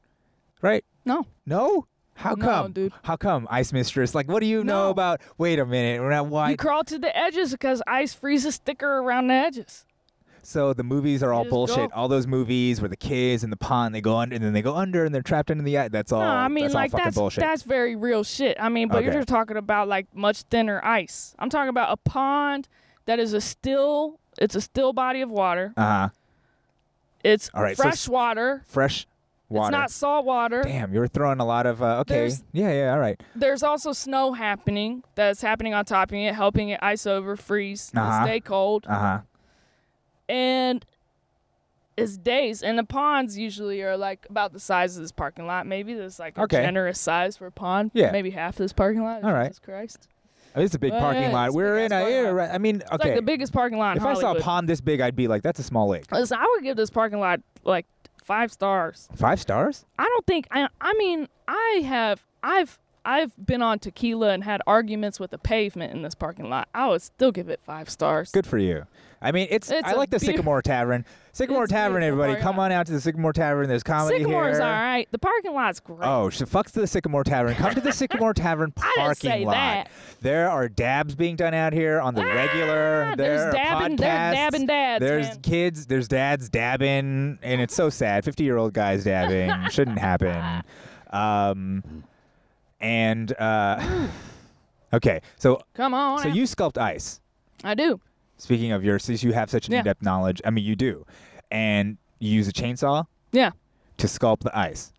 right No. no how No, come dude. how come ice mistress like what do you know No. about wait a minute we're not why You crawl to the edges because ice freezes thicker around the edges. So the movies are all just bullshit. go. All those movies where the kids in the pond they go under and then they go under and they're trapped under the ice. That's all. no, I mean Oh, that's like all fucking that's bullshit. that's very real shit. I mean, but you're Okay. just talking about like much thinner ice. I'm talking about a pond that is a still it's a still body of water. uh huh. It's all right, so fresh s- water. Fresh water. It's not salt water. Damn, you're throwing a lot of. Uh, okay. There's- yeah, yeah. All right. There's also snow happening that's happening on top of it, helping it ice over, freeze, Uh-huh. stay cold. Uh huh. and it's days and the ponds usually are like about the size of this parking lot maybe there's like a Okay. generous size for a pond Yeah. maybe half this parking lot All right. Jesus Christ it's a big Well, parking yeah, lot. it's a We're big-ass in a. parking yeah, lot. right. I mean, okay. it's like the biggest parking lot in if I saw a Hollywood. pond this big, I'd be like, that's a small lake. Listen, I would give this parking lot like five stars Five stars? I don't think I I mean I have I've I've been on tequila and had arguments with the pavement in this parking lot I would still give it five stars Good for you. I mean, it's. It's I a like the beau- [LAUGHS] Sycamore Tavern. Sycamore It's Tavern, beautiful everybody. parking Come lot. on out to the Sycamore Tavern. There's comedy Sycamore's here. all right the parking lot's great Oh, so fuck the Sycamore Tavern. Come to [LAUGHS] the Sycamore Tavern parking didn't say lot. that. There are dabs being done out here on the regular. Ah, There there's are dabbing- there are podcasts. dabbing dads, There's man. kids. There's dads dabbing, and it's so sad. Fifty-year-old [LAUGHS] guys dabbing shouldn't happen. Um, and uh, [SIGHS] okay, so come on so out. you sculpt ice. I do Speaking of yours, since you have such an Yeah. in-depth knowledge, I mean you do, and you use a chainsaw yeah to sculpt the ice.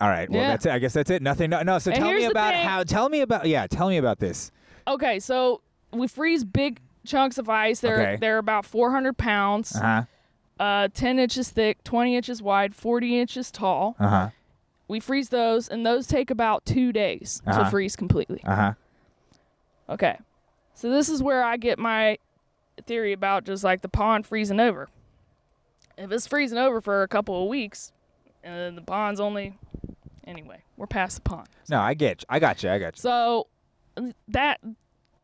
All right. Well, Mm-hmm. Yeah. that's it. I guess that's it. Nothing. No. no so And tell me here's the about thing. how. Tell me about. Yeah. Tell me about this. Okay, so we freeze big chunks of ice. They're Okay. they're about 400 pounds, Uh uh huh. 10 inches thick, 20 inches wide, 40 inches tall. Uh huh. We freeze those, and those take about two days Uh-huh. to freeze completely. Uh huh. Okay, so this is where I get my theory about just like the pond freezing over. If it's freezing over for a couple of weeks, and then the pond's only anyway, we're past the pond. No, I get. You. I got you. I got you. So that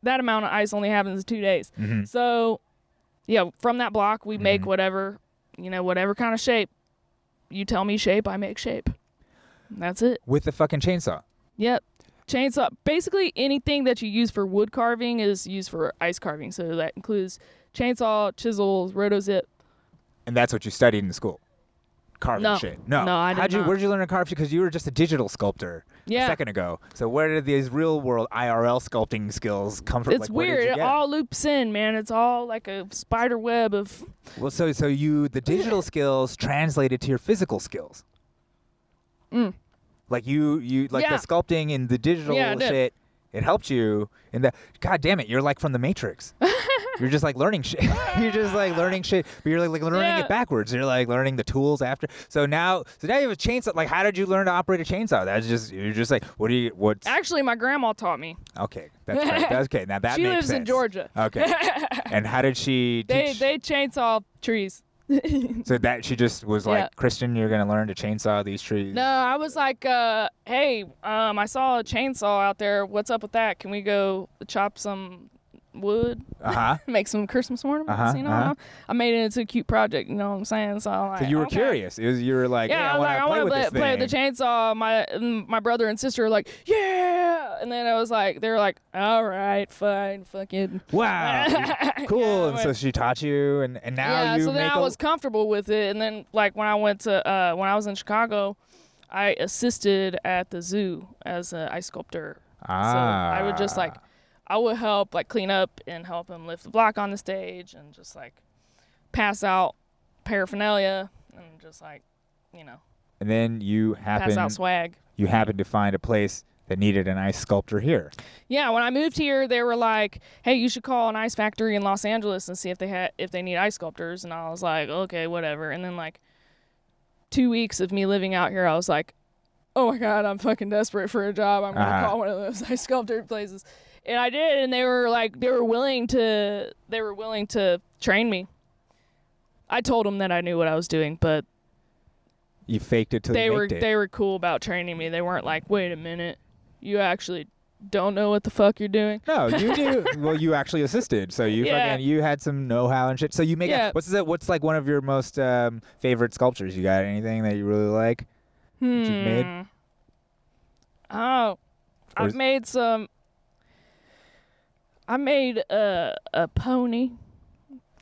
that amount of ice only happens in two days. Mm-hmm. So, yeah, from that block we make whatever you know, whatever kind of shape. You tell me shape, I make shape. And That's it. with the fucking chainsaw. Yep. Chainsaw. Basically, anything that you use for wood carving is used for ice carving. So that includes chainsaw, chisels, rotozip. And that's what you studied in school. Carving No. shit. No. No, I did How'd you, not. Where did you learn to carve? Because you were just a digital sculptor Yeah. a second ago. So where did these real world IRL sculpting skills come from? It's Like, where did weird. you It get 'em? all loops in, man. It's all like a spider web of. Well, so so you the digital skills translated to your physical skills. Like you you like Mm. Yeah. the sculpting and the digital Yeah, it did. shit. It helped you in the God damn it, you're like from [LAUGHS] the Matrix. you're just like learning shit. [LAUGHS] you're just like learning shit, but you're like, like learning Yeah. it backwards. You're like learning the tools after. So now, so now you have a chainsaw. Like, how did you learn to operate a chainsaw? That's just you're just like, what do you what's Actually, my grandma taught me. okay? That's right. That's okay. Now [LAUGHS] that She makes lives in sense. Georgia. [LAUGHS] Okay. and how did she? They teach- they chainsaw trees. So that she just was like, Yeah. Kristen, you're gonna learn to chainsaw these trees. No, I was like, uh, hey, um, I saw a chainsaw out there. What's up with that? Can we go chop some wood? [LAUGHS] Uh huh. make some Christmas ornaments. Uh-huh, you know, uh-huh. I made it into a cute project. You know what I'm saying? So, I'm So like, you were okay. curious. It was you were like, Yeah, "Hey, I was like, I I want to want play to with this play with the thing." chainsaw. My mm, my brother and sister were like, yeah, and then I was like, they were like, all right, fine, fucking. Wow, [LAUGHS] cool. [LAUGHS] Yeah, and but- so she taught you, and, and now yeah, you so then make I a- was comfortable with it, and then like when I went to uh, when I was in Chicago, I assisted at the zoo as an ice sculptor. So Ah. I would just like, I would help like clean up and help him lift the block on the stage, and just like pass out paraphernalia and just like, you know, and then you pass happen out swag. you happened to find a place that needed an ice sculptor here. Yeah, when I moved here, they were like, "Hey, you should call an ice factory in Los Angeles and see if they had if they need ice sculptors." And I was like, "Okay, whatever." And then like two weeks of me living out here, I was like, "Oh my god, I'm fucking desperate for a job. I'm gonna Uh-huh. call one of those [LAUGHS] ice sculptor places." And I did, and they were like, they were willing to they were willing to train me. I told them that I knew what I was doing, but You faked it till they you were faked it. they were cool about training me. They weren't like, "Wait a minute, you actually." Don't know what the fuck you're doing. [LAUGHS] no, you do. well, you actually assisted, so you Yeah. fucking you had some know-how and shit. So you make a- Yeah. what's that? What's like one of your most um, favorite sculptures? You got anything that you really like? That you've Hmm. made? Mm. Oh, Or I've is- made some. I made a a pony,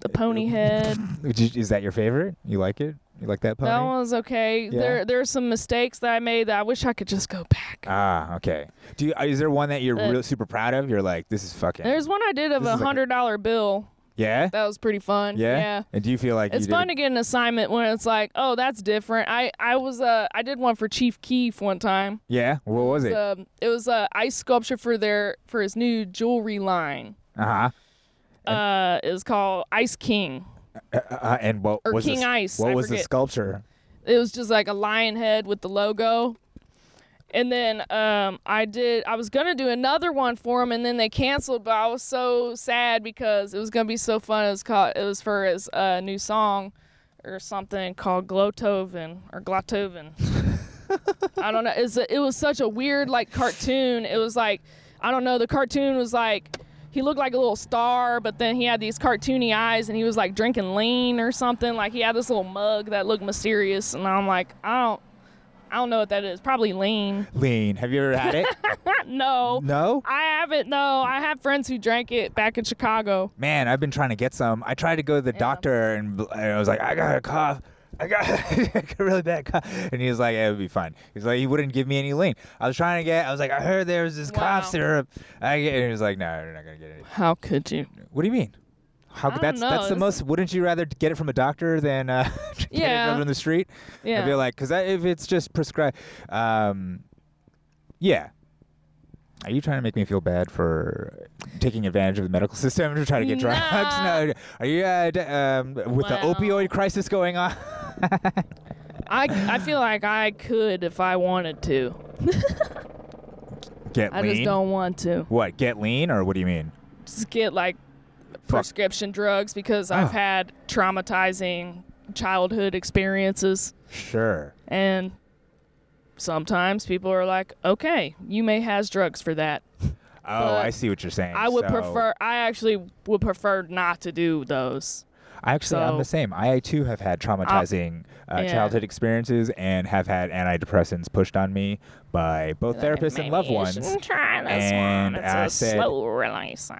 the pony [LAUGHS] head. Would you- is that your favorite? You like it? You like that pony? That one was okay. Yeah. There there's some mistakes that I made that I wish I could just go back. Ah, okay. Do you, is there one that you're Uh, real super proud of? You're like, this is fucking. there's one I did of This a is like a- hundred dollar bill. yeah? That was pretty fun. yeah, yeah. And do you feel like It's you fun did to get an assignment when it's like, oh, that's different. I I was uh I did one for Chief Keef one time. A, yeah. What was it? Uh Um, it was a ice sculpture for their for his new jewelry line. huh. Uh, it was called Ice King. Uh, and what or was King the, s- Ice, What I was the forget. sculpture? It was just like a lion head with the logo. And then um, I did. I was gonna do another one for him, and then they canceled. But I was so sad because it was gonna be so fun. It was called. It was for his uh, new song, or something called Glotoven or Glotoven. I don't know. It's a, it was such a weird like cartoon. It was like I don't know. The cartoon was like he looked like a little star, but then he had these cartoony eyes, and he was like drinking lean or something. Like he had this little mug that looked mysterious, and I'm like, I don't, I don't know what that is. Probably lean. Lean. Have you ever [LAUGHS] had it? No, no. I haven't. No, I have friends who drank it back in Chicago. Man, I've been trying to get some. I tried to go to the doctor, and, bl- and I was like, I got a cough. I got, [LAUGHS] I got a really bad cough, and he was like, "Yeah, "It would be fine." He's like, "He wouldn't give me any lean." I was trying to get. I was like, "I heard there was this cough Wow. syrup." I get, and he was like, "No, you're not gonna get it." How could you? What do you mean? How I don't could that's that's know. the This- most. Wouldn't you rather get it from a doctor than uh, [LAUGHS] get Yeah. it from the street? Yeah. I'd be like, because if it's just prescribed, um, yeah. Are you trying to make me feel bad for taking advantage of the medical [LAUGHS] system to try to get drugs? Nah. [LAUGHS] No. Are you uh, d- um, with the Well. opioid crisis going on? [LAUGHS] I I feel like I could if I wanted to. get I lean. just don't want to. What? Get lean, or what do you mean? Just get like prescription drugs because I've Ah. had traumatizing childhood experiences. Sure. And sometimes people are like, okay, you may has drugs for that. Oh, But I see what you're saying. I would So, prefer. I actually would prefer not to do those. I actually, I'm so- Ah, the same. I too have had traumatizing uh, yeah. childhood experiences and have had antidepressants pushed on me by both therapists and loved ones. Try this one. And It's I a said- slow release.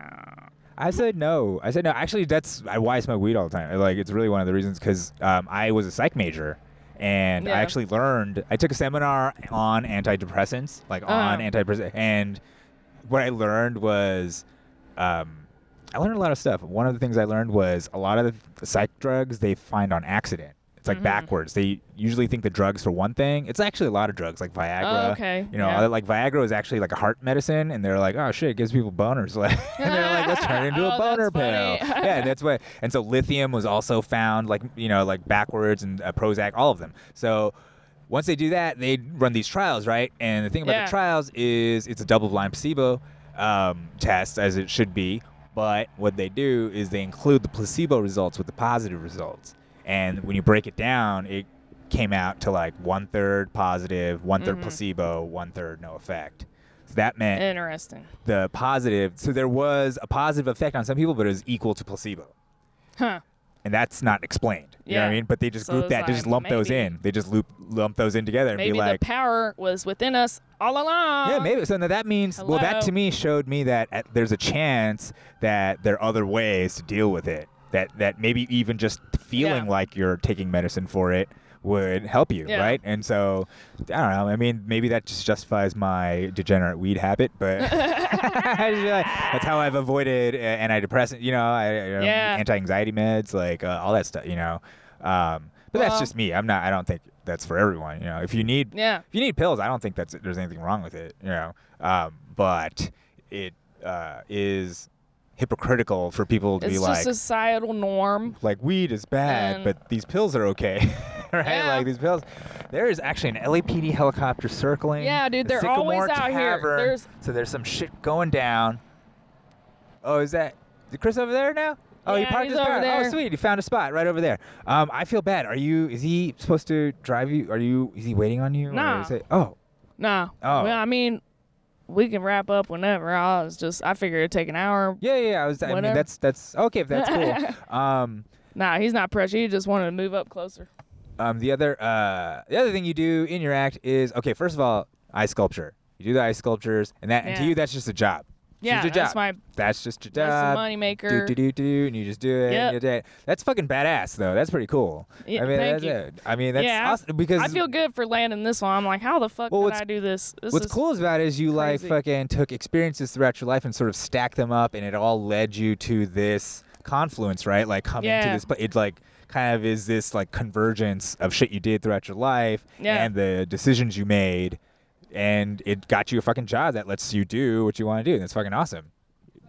I said no. I said no. Actually, that's I- why I smoke weed all the time. Like, it's really one of the reasons because um, I was a psych major, and Yeah. I actually learned. I took a seminar on antidepressants, like on Uh-huh. antidepressants, and what I learned was, um, I learned a lot of stuff. One of the things I learned was a lot of the psych drugs they find on accident. It's Mm-hmm. like backwards. They usually think the drugs for one thing. It's actually a lot of drugs, like Viagra. Oh, okay. You know, Yeah. like Viagra is actually like a heart medicine, and they're like, oh shit, it gives [LAUGHS] people boners. [LAUGHS] Like, and they're like, let's turn it into Oh, a that's boner pill. funny. yeah, that's what. And so lithium was also found, like you know, like backwards and uh, Prozac, all of them. So once they do that, they run these trials, right? And the thing about Yeah. the trials is it's a double-blind placebo um, test, as it should be. But what they do is they include the placebo results with the positive results. And when you break it down, it came out to like one third positive, one Mm-hmm. third placebo, one third no effect. So that meant Interesting. the positive. So there was a positive effect on some people, but it was equal to placebo. Huh. And that's not explained. You know what I Yeah. mean? But they just So group it's that. they just like, lump those maybe- in. They just loop lump those in together and Maybe be like, the power was within us all along. yeah, maybe. So now that means, well, that Um, Hello? to me showed me that uh, there's a chance that there are other ways to deal with it. That that maybe even just feeling Yeah. like you're taking medicine for it would help you, Yeah. right? And so, I don't know. I mean, maybe that just justifies my degenerate weed habit, but [LAUGHS] I just feel like that's how I've avoided uh, antidepressant. You know, I, I don't- Yeah. anti-anxiety meds, like uh, all that stuff. You know, um, but that's Well- just me. I'm not. I don't think that's for everyone. You know, if you need Yeah. if you need pills, I don't think that's there's anything wrong with it, you know. Um, but it uh, is hypocritical for people to It's be just like, societal norm. like weed is bad, And- but these pills are okay, [LAUGHS] right? Yeah. Like these pills. There is actually an LAPD helicopter circling. Yeah, dude, the they're always Sycamore out here. Tavern, There's- so there's some shit going down. Oh, is that is Chris over there now? Oh, he Yeah, parked he's his over car. Oh, there. sweet, he found a spot right over there. Um, I feel bad. Are you? Is he supposed to drive you? Are you? Is he waiting on you? Nah. Or is it, oh, Nah. Oh. Well, I mean, we can wrap up whenever. I was just, I figured it'd take an hour. Yeah, yeah, yeah. I was. I mean, Whatever. that's that's okay if that's [LAUGHS] cool. um, Nah, he's not pressure. He just wanted to move up closer. um, the other uh, the other thing you do in your act is okay. First of all, ice sculpture. You do the ice sculptures, and that and to Yeah. you that's just a job. It's Yeah, just your that's job. my- That's just your That's job. a moneymaker. Do do do do, and you just do it. Yep. and you do it. That's fucking badass, though. That's pretty cool. Yeah, I mean, thank that's you. it. I mean, that's Yeah, awesome because I feel good for landing this one. I'm like, how the fuck Well, did what's- I do this? This What's is cool is about it is you like crazy. fucking took experiences throughout your life and sort of stacked them up, and it all led you to this confluence, right? Like coming to Yeah. this, but it like kind of is this like convergence of shit you did throughout your life Yeah. and the decisions you made, and it got you a fucking job that lets you do what you want to do. That's fucking awesome.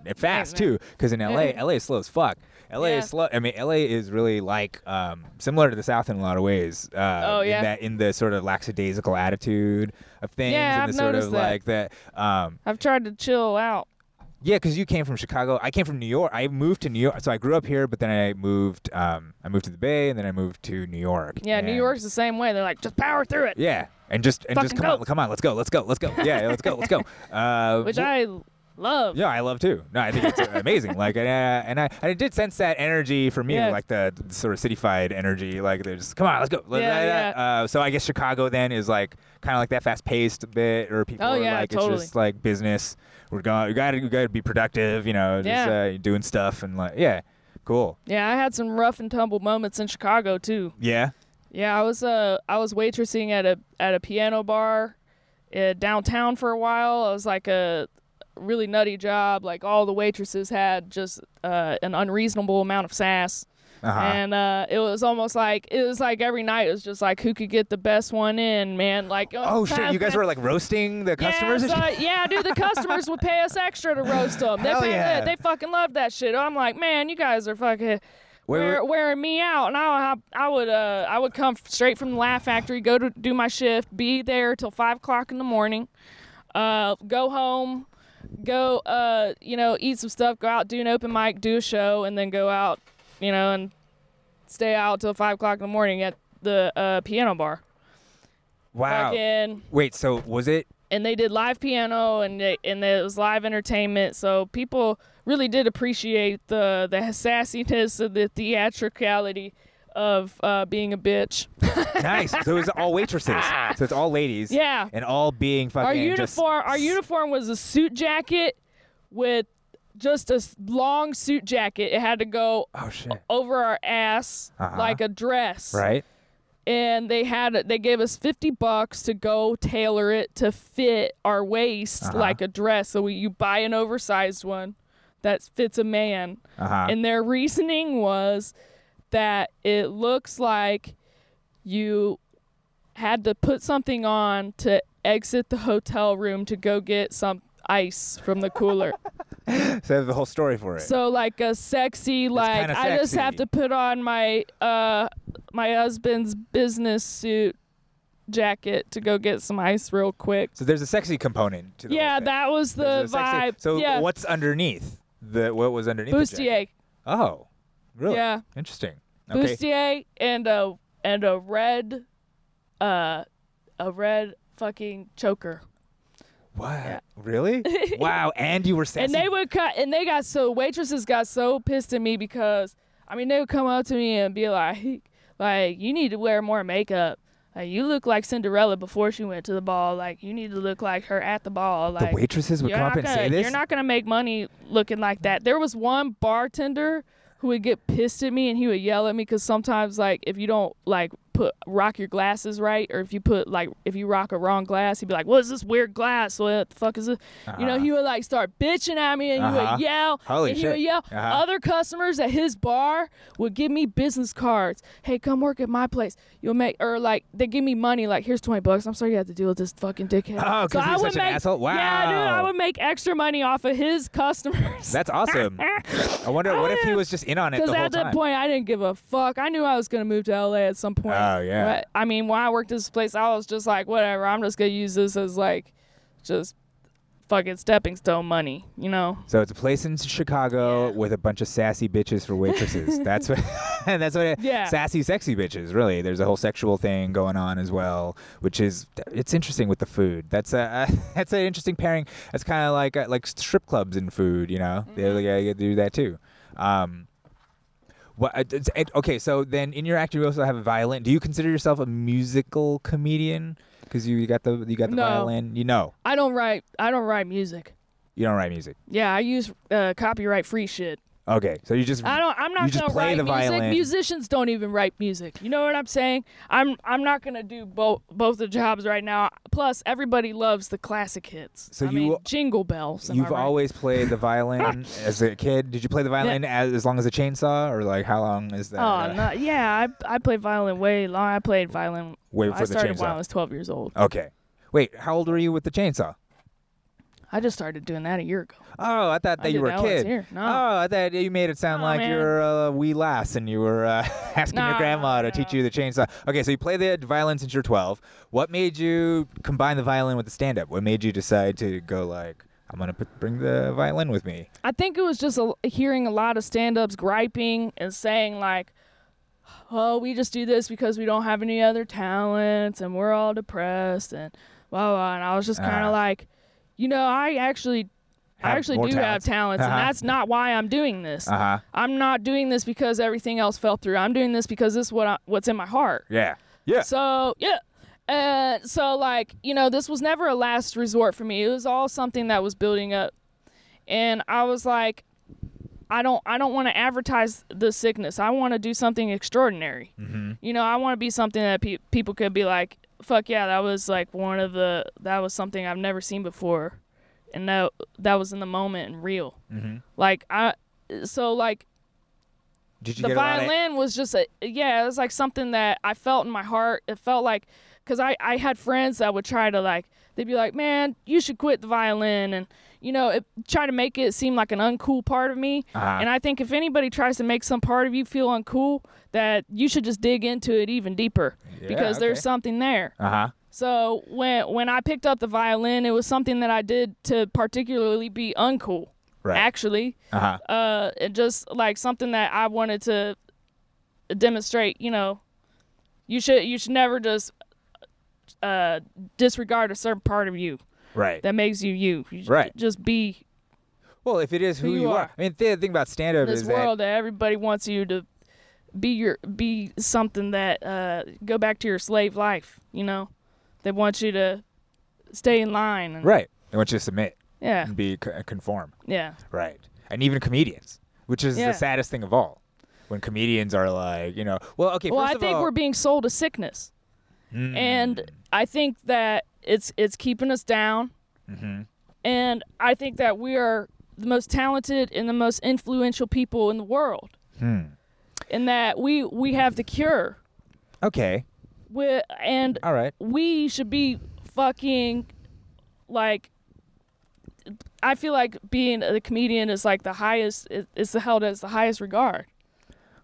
And fast man. too, because [LAUGHS] in LA, LA is slow as fuck. LA Yeah. is slow. I mean, LA is really like um, similar to the South in a lot of ways. Uh, Oh, yeah. In that in the sort of lackadaisical attitude of things, Yeah, and the I've sort noticed of that. like that. Um, I've tried to chill out. yeah, because you came from Chicago. I came from New York. I moved to New York, so I grew up here, but then I moved. Um, I moved to the Bay, and then I moved to New York. Yeah, New And- York's the same way. They're like, just power through it. Yeah, and just and just Fucking come go. on, come on, let's go, let's go, let's go. Yeah, let's go, [LAUGHS] let's go. Uh, Which wh- I love. Yeah, I love too. No, I think [LAUGHS] it's amazing. Like, and, uh, and I and I did sense that energy from you, Yeah. like the, the sort of cityfied energy. Like, they're just come on, let's go. Let- Yeah, let- let- yeah. Uh, so I guess Chicago then is like kind of like that fast paced bit, or people Oh, are yeah, like totally. it's just like business. We're going. We got to. We got to be productive. You know, just Yeah. uh, doing stuff and like yeah, cool. Yeah, I had some rough and tumble moments in Chicago too. Yeah. Yeah, I was uh I was waitressing at a at a piano bar uh, downtown for a while. I was like a really nutty job. Like all the waitresses had just uh, an unreasonable amount of sass. Uh-huh. And uh, it was almost like it was like every night it was just like who could get the best one in, man. Like oh shit, you [LAUGHS] guys were like roasting the customers. and Yeah, shit? so- yeah, dude, the customers would pay us extra to roast them. They, Hell pay- yeah. they, they fucking love that shit. I'm like, man, you guys are fucking Wait, wear- wait. wearing me out. And I, would- I would, uh, I would come straight from the Laugh Factory, go to do my shift, be there till five o'clock in the morning, uh, go home, go, uh, you know, eat some stuff, go out, do an open mic, do a show, and then go out, you know, and stay out till five o'clock in the morning at the uh, piano bar. Wow. Fucking Wait, so was it and they did live piano and they, and it was live entertainment so people really did appreciate the the sassiness of the theatricality of uh, being a bitch nice. So it's [LAUGHS] all waitresses. So it's all ladies. Yeah. And all being fucking. our just- uniform our uniform was a suit jacket with just a s- long suit jacket it had to go Oh shit. over our ass Uh-huh. like a dress Right. and they had they gave us 50 bucks to go tailor it to fit our waist like a dress so we, you buy an oversized one that fits a man Uh-huh. and their reasoning was that it looks like you had to put something on to exit the hotel room to go get some ice from the cooler So the whole story for it. so like a sexy, like kinda I just have sexy. to put on my uh my husband's business suit jacket to go get some ice real quick. So there's a sexy component to the whole yeah, thing. that was the There's a sexy- vibe. So yeah. what's underneath? The what was underneath? the bustier, jacket? Oh, really? Yeah. Interesting. Okay. bustier, and a and a red, uh, a red fucking choker. What? [LAUGHS] Really? wow. And you were sassy. and they would cut and they got so waitresses got so pissed at me because i mean they would come up to me and be like [LAUGHS] like you need to wear more makeup like you look like cinderella before she went to the ball like you need to look like her at the ball the like waitresses would you're come up not, and gonna, say this. you're not gonna make money looking like that there was one bartender who would get pissed at me and he would yell at me because sometimes like if you don't like put rock your glasses right or if you put like if you rock a wrong glass he'd be like what is this weird glass what the fuck is this you know he would like start bitching at me and he Uh-huh. would yell Holy and he shit. would yell Uh-huh. other customers at his bar would give me business cards hey come work at my place you'll make or like they give me money like here's 20 bucks i'm sorry you have to deal with this fucking dickhead Oh, 'cause I he's would such an make- asshole? Yeah, dude, I Wow. would make extra money off of his customers. [LAUGHS] That's awesome. I wonder what if he was just in on it the because whole Ah. at that time. point I didn't give a fuck. I knew I was gonna move to LA at some point. Oh, yeah. But, I mean, when I worked at this place, I was just like, whatever. I'm just gonna use this as like, just fucking stepping stone money, you know? so it's a place in Chicago with a bunch of sassy bitches [LAUGHS] for waitresses. that's what. [LAUGHS] And that's what it, Yeah. sassy, sexy bitches. Really, there's a whole sexual thing going on as well, which is it's interesting with the food. That's a [LAUGHS] that's an interesting pairing. That's kind of like uh, like strip clubs and food. You know, they they Mm-hmm. gotta do that too. Um, What, uh, it's- it- okay, so then in your act you also have a violin. Do you consider yourself a musical comedian? Because you got the you got the No. violin. You know, I don't write. I don't write music. you don't write music. Yeah, I use uh, copyright free shit. Okay, so you just I don't. I'm you not just gonna play write the music. violin. Musicians don't even write music. You know what I'm saying? I'm. I'm not gonna do both both the jobs right now. Plus, everybody loves the classic hits. So I you- mean, jingle bells. am I You've right? always played [LAUGHS] the violin as a kid. Did you play the violin as, as long as a chainsaw, or like how long is that? Oh no, yeah. I I played violin way long. I played violin. Way before I the started chainsaw. when I was 12 years old. Okay, wait. How old were you with the chainsaw? I just started doing that a year ago. Oh, I thought that you didn't were a know it's kid. here. No. Oh, I thought you made it sound No, like you man. were a wee lass and you were uh, [LAUGHS] asking your No, grandma to no. teach you the chainsaw. Okay, so you play the violin since you're 12. What made you combine the violin with the stand-up? What made you decide to go like, I'm gonna put, bring the violin with me? I think it was just a, hearing a lot of stand-ups griping and saying like, "Oh, we just do this because we don't have any other talents and we're all depressed and blah blah." And I was just kind of Ah. like, you know, I actually, Have I actually more do talents. have talents, Uh-huh. and that's not why I'm doing this. Uh-huh. I'm not doing this because everything else fell through. I'm doing this because this is what I, what's in my heart. Yeah. Yeah. So yeah. And so like, you know, this was never a last resort for me. It was all something that was building up. And I was like, I don't I don't want to advertise the sickness. I want to do something extraordinary. You know, I want to be something that pe- people could be like, fuck yeah, that was like one of the that was something I've never seen before. And that that was in the moment and real. Like I so like Did you the get a lot of- violin was just a yeah it was like something that i felt in my heart it felt like because I, I had friends that would try to like they'd be like man you should quit the violin and you know it, try to make it seem like an uncool part of me Uh-huh. and i think if anybody tries to make some part of you feel uncool that you should just dig into it even deeper because okay. there's something there Uh-huh. so when when i picked up the violin it was something that i did to particularly be uncool Right. actually Uh-huh. uh and just like something that I wanted to demonstrate, you know, you should you should never just uh disregard a certain part of you. Right. that makes you you. You j- Right. Just be well, if it is who, you, are. I mean, the thing about stand up this is world that everybody wants you to be your be something that uh go back to your slave life, you know? They want you to stay in line and that. Right. They want you to submit yeah. and be co- conform. Yeah. Right. And even comedians, which is Yeah. the saddest thing of all. When comedians are like, you know, well, okay, well, I first of think all- Mm. we're being sold a sickness, and I think that it's it's keeping us down. Mm-hmm. And I think that we are the most talented and the most influential people in the world, Hmm. and that we we have the cure. okay. We and All right. we should be fucking like. I feel like being a comedian is like the highest. it- It's held as the highest regard.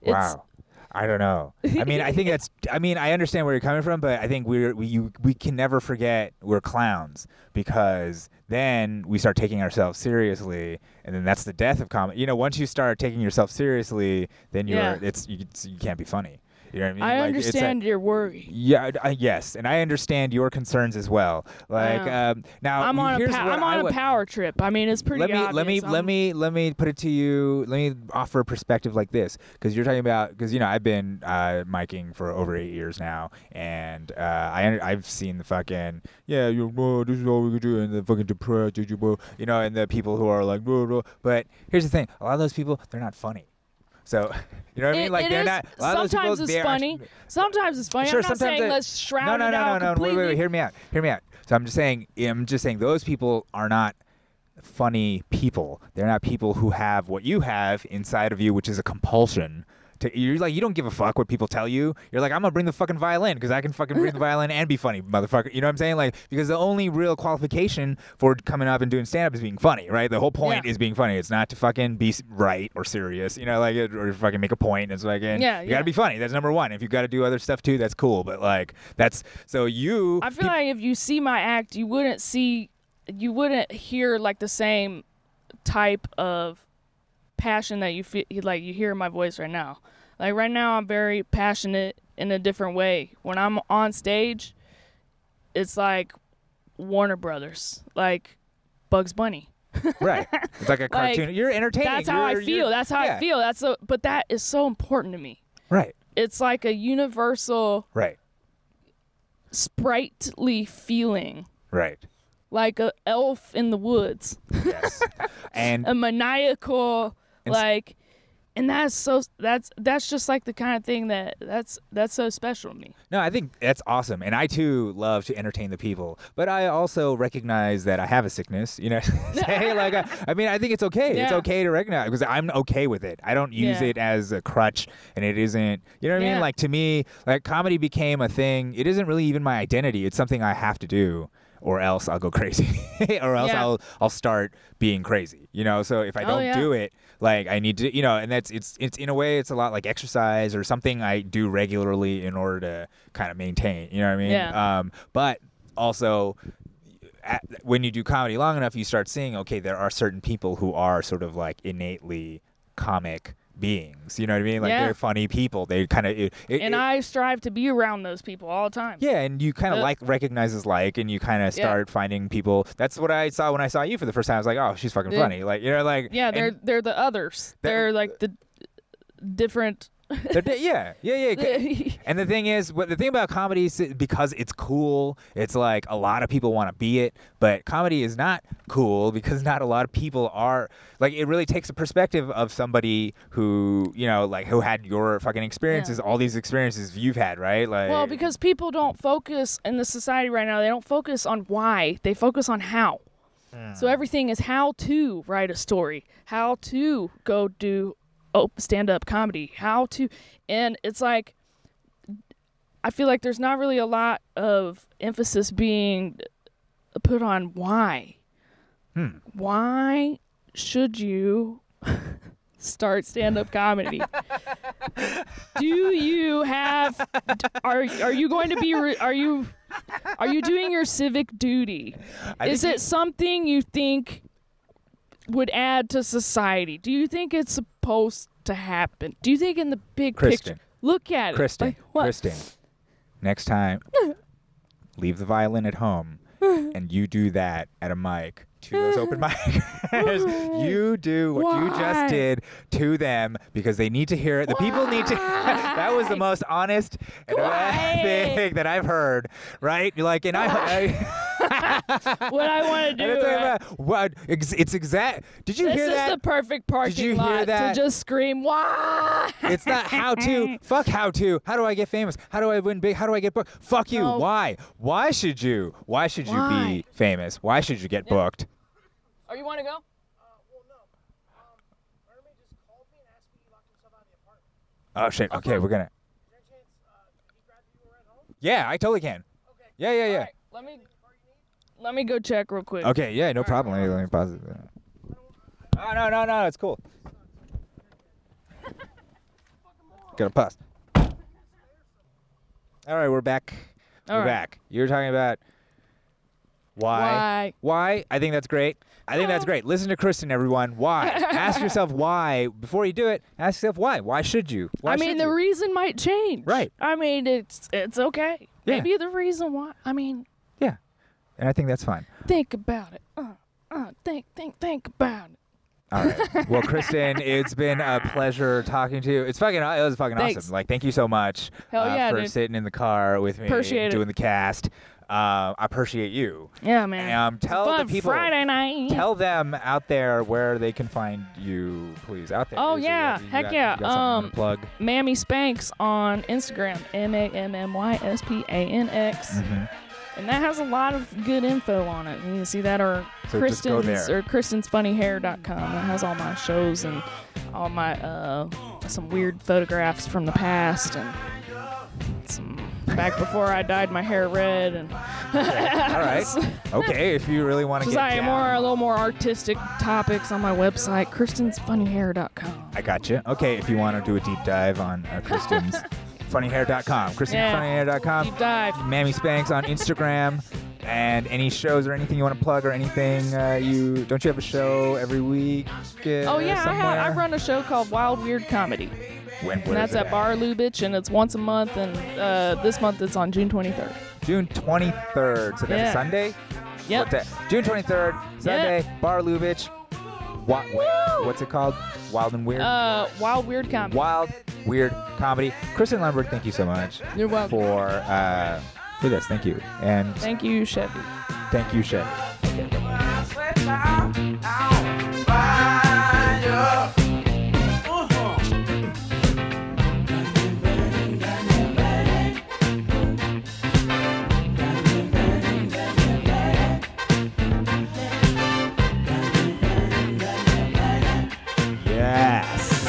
It's, wow. I don't know. I mean, I [LAUGHS] think that's. I mean, I understand where you're coming from, but I think we're we you, we can never forget we're clowns because then we start taking ourselves seriously, and then that's the death of comedy. You know, once you start taking yourself seriously, then you're Yeah. it's you, it's you can't be funny. You know what I mean? I Like, it's that- understand your worry. Yeah, I, I- yes, and I understand your concerns as well. Like Wow. um, now, I'm you- on a here's pow- what I'm I on would- a power trip. I mean, it's pretty Let me let me obvious. I'm- let me let me put it to you. Let me offer a perspective like this because you're talking about because you know I've been uh, miking for over eight years now, and uh, I under- I've seen the fucking yeah you oh, this is all we can do and the fucking depressed you know and the people who are like blah, blah. but here's the thing a lot of those people they're not funny. So, [LAUGHS] you know what I mean? It- Like it they're is- not. A lot of those people, sometimes it's they're funny. actually- sometimes it's funny. Sure, I'm not sometimes saying I- let's shroud no, no, it no, out no, no. completely. Wait, wait, wait. Hear me out. Hear me out. So I'm just saying, I'm just saying, those people are not funny people. They're not people who have what you have inside of you, which is a compulsion. To, you're like, you don't give a fuck what people tell you. You're like, I'm gonna bring the fucking violin because I can fucking bring the violin and be funny, motherfucker. You know what I'm saying? Like, because the only real qualification for coming up and doing stand up is being funny, right? The whole point Yeah. is being funny. It's not to fucking be s- right or serious, you know, like, or fucking make a point. It's like, and Yeah, you gotta yeah. be funny. That's number one. If you got to do other stuff too, that's cool. But like, that's so you. I feel like if you see my act, you wouldn't see, you wouldn't hear like the same type of passion that you feel like you hear in my voice right now. Like right now, I'm very passionate in a different way. When I'm on stage, it's like Warner Brothers, like Bugs Bunny. [LAUGHS] right. It's like a cartoon. you're entertaining. That's how I You're- feel. you're- That's how yeah. I feel. That's a, but that is so important to me. Right. It's like a universal Right. sprightly feeling, Right. like a elf in the woods, [LAUGHS] Yes. and a maniacal And s- like and that's so that's that's just like the kind of thing that that's that's so special to me. no, I think that's awesome. And I too love to entertain the people, but I also recognize that I have a sickness. You know, [LAUGHS] say like I, I mean, I think it's okay. It's Yeah. okay to recognize because I'm okay with it. I don't use Yeah. it as a crutch, and it isn't. You know what I mean? Yeah. Like to me, like comedy became a thing. It isn't really even my identity. It's something I have to do. Or else I'll go [LAUGHS] crazy, or else Yeah. I'll I'll start being crazy, you know. So if I Oh, don't yeah. do it, like I need to, you know. And that's it's it's in a way it's a lot like exercise or something I do regularly in order to kind of maintain, you know what I mean? Yeah. Um, but also at, when you do comedy long enough, you start seeing okay, there are certain people who are sort of like innately comic beings. You know what I mean? Like Yeah. they're funny people. They kind of it, it- And it- I strive to be around those people all the time. yeah, and you kind of Uh, like recognizes like, and you kind of Yeah. start finding people. That's what I saw when I saw you for the first time. I was like, oh, she's fucking Yeah. funny. Like you know, like Yeah, and they're they're the others. That- They're like the different they're di- yeah, [LAUGHS] yeah, yeah. And the thing is, what the thing about comedy is it- because it's cool, it's like a lot of people want to be it, but comedy is not cool [LAUGHS] because not a lot of people are like it really takes a perspective of somebody who, you know, like who had your fucking experiences, all these experiences you've had, right? Like Well, because people don't focus in the society right now, they don't focus on why, they focus on how. So everything is how to write a story, how to go do stand up comedy, how to. And it's like, I feel like there's not really a lot of emphasis being put on why. Why should you start stand up comedy? do you have are are you going to be re- are you are you doing your civic duty I is think- it something you think would add to society do you think it's supposed to happen do you think in the big Kristen. picture look at Kristen, it like, what? [LAUGHS] Kristen, next time, leave the violin at home and you do that at a mic to [LAUGHS] those open micers. [LAUGHS] you do what you Why? just did to them because they need to hear it. The people need to. [LAUGHS] that was the most honest and Why? thing that I've heard. Right? You're like, and I. I [LAUGHS] what I want to and do. it's like, right? uh, what? Ex- It's exact. Did you This hear is that? the perfect parking you hear lot that? to just scream, "Why?" It's not how to. Fuck how to. How do I get famous? How do I win big? How do I get booked? Fuck you. No. Why? Why should you? Why should you Why? be famous? Why should you get booked? Or you want to go? Oh shit. Okay, we're gonna. uh, Yeah, I totally can. Yeah, yeah, yeah. All right, let me let me go check real quick. Okay, yeah, no problem. Let me- let me pause it. No, no, no, no. It's cool. [LAUGHS] Gotta pause. All right, we're back. All we're right. back. You were talking about why? Why? I think that's great. I think that's great. Listen to Kristen, everyone. [LAUGHS] Why? ask yourself why before you do it. Ask yourself why. Why should you? Why I mean, should the you? reason might change. Right. I mean, it's it's okay. Yeah. Maybe the reason why. I mean, yeah, and I think that's fine. think about it. Uh, uh, think, think, think about it. All right. Well, Kristen, it's been a pleasure talking to you. It's fucking. It was fucking Thanks. awesome. Like, thank you so much Hell uh, yeah, for dude. sitting in the car with me, Appreciate it. doing the cast. Uh, I appreciate you. Yeah, man. Um, It's a tell the fun people- Friday night. Tell them out there where they can find you, please. Out there. Oh, Is it- yeah. you Heck got- yeah. you got Um, [LAUGHS] something to plug. Mammy Spanks on Instagram. M A M M Y S P A N X. Mm-hmm. And that has a lot of good info on it. You can see that or So just go Kristen's there. or Kristen'sFunnyHair.com. That has all my shows and all my uh, some weird photographs from the past and some back before I dyed my hair red and All right. okay, if you [LAUGHS] really want to just get I down. more a little more artistic topics on my website, Kristen'sFunnyHair.com. I got you. Okay, if you want to do a deep dive on uh, [LAUGHS] Kristen's funnyhair.com, Yeah. kristenfunnyhair.com, Deep dive. Mammy Spanks on Instagram, and any shows or anything you want to plug or anything uh, you don't you have a show every week? uh, Oh yeah, I, somewhere? have, I run a show called Wild Weird Comedy. When, where And is that's it at Bar Lubitsch, and it's once a month. And uh, this month it's on June 23rd. June 23rd. So that's Yeah. a Sunday. Yep. What's that? June 23rd, Sunday, Bar Lubitsch. Wa- what's it called? Wild and weird. Uh, Wild Weird Comedy. Um, Wild, weird comedy. Kristen Lundberg, thank you so much. You're welcome. for uh, for this. Thank you, and Thank you, Chevy. thank you, Shay. Yes.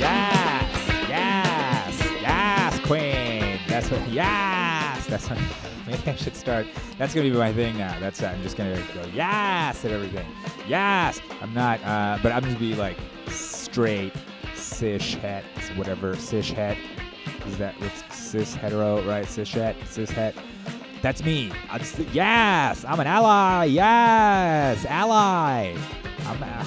Yes. Yes. Yes, Queen. That's what. Yes. That's what. [LAUGHS] Maybe I should start. That's gonna be my thing now. That's I'm just gonna go yes at everything. Yes. I'm not. Uh, but I'm gonna be like straight cis het whatever cis het is that what's cis hetero right cis het cis het. That's me. I'm s yes. I'm an ally. Yes. Ally. I'm. a-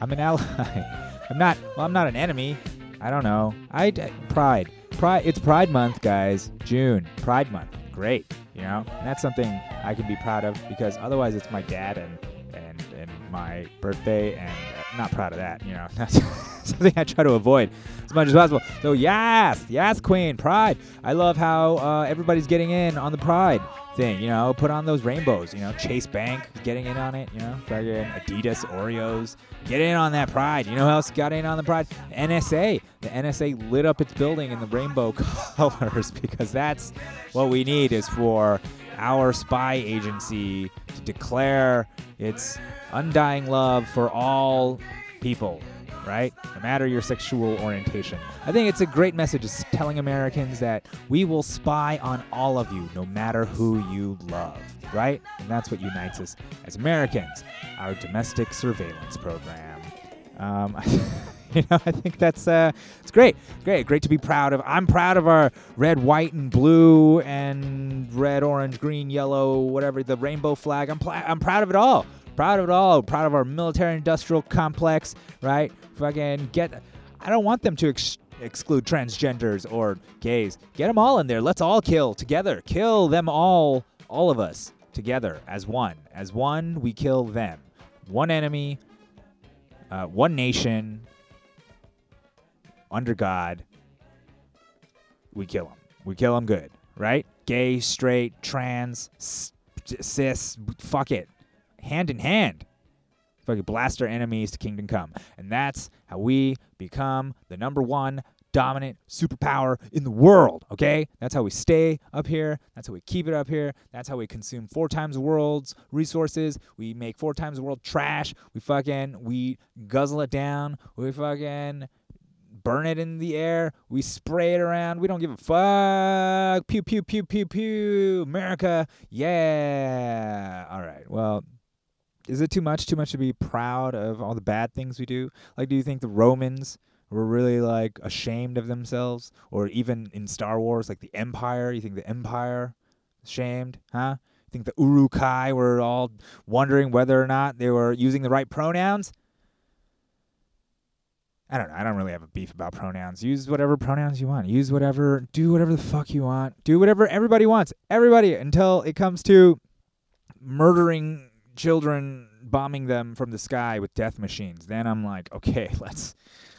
I'm an ally. [LAUGHS] I'm not. Well, I'm not an enemy. I don't know. I d- pride. Pride. It's Pride Month, guys. June. Pride Month. Great. You know, and that's something I can be proud of because otherwise, it's my dad and and and my birthday, and uh, not proud of that. You know, [LAUGHS] that's something I try to avoid as much as possible. So yes, yes, Queen Pride. I love how uh, everybody's getting in on the Pride thing. You know, put on those rainbows. You know, Chase Bank is getting in on it. You know, fucking Adidas, Oreos, get in on that pride. You know who else got in on the pride? NSA. The NSA lit up its building in the rainbow [LAUGHS] colors because that's what we need is for our spy agency to declare its undying love for all people right? No matter your sexual orientation. I think it's a great message is telling Americans that we will spy on all of you, no matter who you love, right? And that's what unites us as Americans, our domestic surveillance program. Um, [LAUGHS] you know, I think that's uh, it's great, great, great to be proud of. I'm proud of our red, white, and blue, and red, orange, green, yellow, whatever the rainbow flag. I'm pla- I'm proud of it all. Proud of it all. Proud of our military-industrial complex, right? Fucking get. I don't want them to ex- exclude transgenders or gays. Get them all in there. Let's all kill together. Kill them all all of us together as one. As one, we kill them. One enemy, uh, one nation, under God. We kill them. We kill them good, right? Gay, straight, trans, s- cis, fuck it. Hand in hand. Fucking blast our enemies to kingdom come. And that's how we become the number one dominant superpower in the world, okay? That's how we stay up here. That's how we keep it up here. That's how we consume four times the world's resources. We make four times the world trash. We fucking, we guzzle it down. We fucking burn it in the air. We spray it around. We don't give a fuck. Pew, pew, pew, pew, pew. America. Yeah. All right. Well, is it too much? Too much to be proud of all the bad things we do? Like, do you think the Romans were really like ashamed of themselves? Or even in Star Wars, like the Empire? You think the Empire ashamed? Huh? You think the Urukai were all wondering whether or not they were using the right pronouns? I don't know. I don't really have a beef about pronouns. Use whatever pronouns you want. Use whatever. Do whatever the fuck you want. Do whatever everybody wants. Everybody until it comes to murdering children, bombing them from the sky with death machines. Then I'm like, okay, [LAUGHS] let's,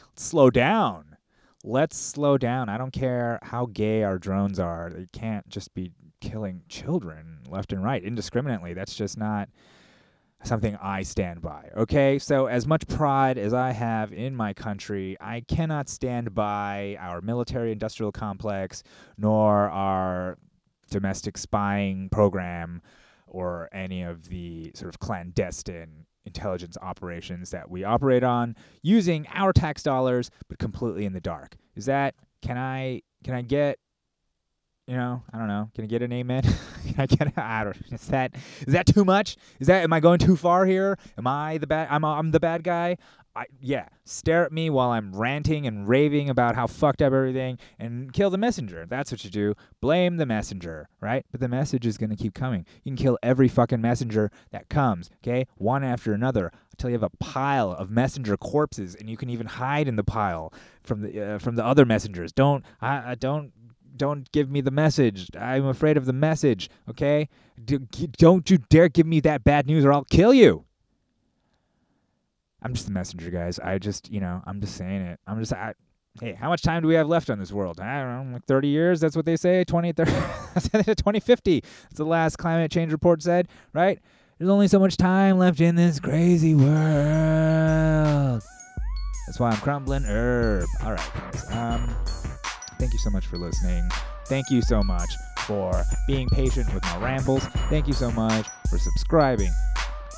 let's slow down. Let's slow down. I don't care how gay our drones are. They can't just be killing children left and right indiscriminately. That's just not something I stand by. Okay, so as much pride as I have in my country, I cannot stand by our military industrial complex nor our domestic spying program or any of the sort of clandestine intelligence operations that we operate on using our tax dollars but completely in the dark. Is that can I can I get you know, I don't know. Can I get an amen? [LAUGHS] Can I get? A, I don't. Is that is that too much? Is that am I going too far here? Am I the bad? I'm I'm the bad guy. I, yeah, stare at me while I'm ranting and raving about how fucked up everything, and kill the messenger. That's what you do. Blame the messenger, right? But the message is gonna keep coming. You can kill every fucking messenger that comes, okay? One after another until you have a pile of messenger corpses, and you can even hide in the pile from the uh, from the other messengers. Don't I, I don't don't give me the message. I'm afraid of the message. Okay, D- g- don't you dare give me that bad news, or I'll kill you. I'm just the messenger, guys. I just, you know, I'm just saying it. I'm just, I, hey, how much time do we have left on this world? I don't know, like 30 years. That's what they say. 20, [LAUGHS] 30, 2050. That's the last climate change report said, right? There's only so much time left in this crazy world. That's why I'm crumbling herb. All right, guys. Um, Thank you so much for listening. Thank you so much for being patient with my rambles. Thank you so much for subscribing,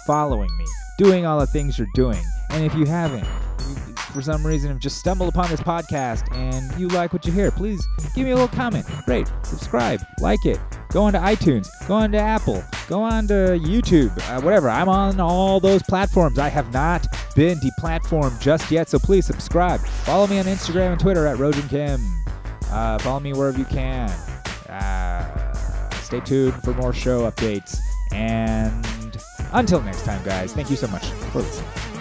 following me, doing all the things you're doing. And if you haven't, if you- for some reason, have just stumbled upon this podcast and you like what you hear, please give me a little comment. Great. Subscribe, like it. Go on to iTunes, go on to Apple, go on to YouTube, uh, whatever. I'm on all those platforms. I have not been deplatformed just yet, so please subscribe. Follow me on Instagram and Twitter at Rojan Kim. Uh, follow me wherever you can. Uh, stay tuned for more show updates. And until next time, guys, thank you so much for listening.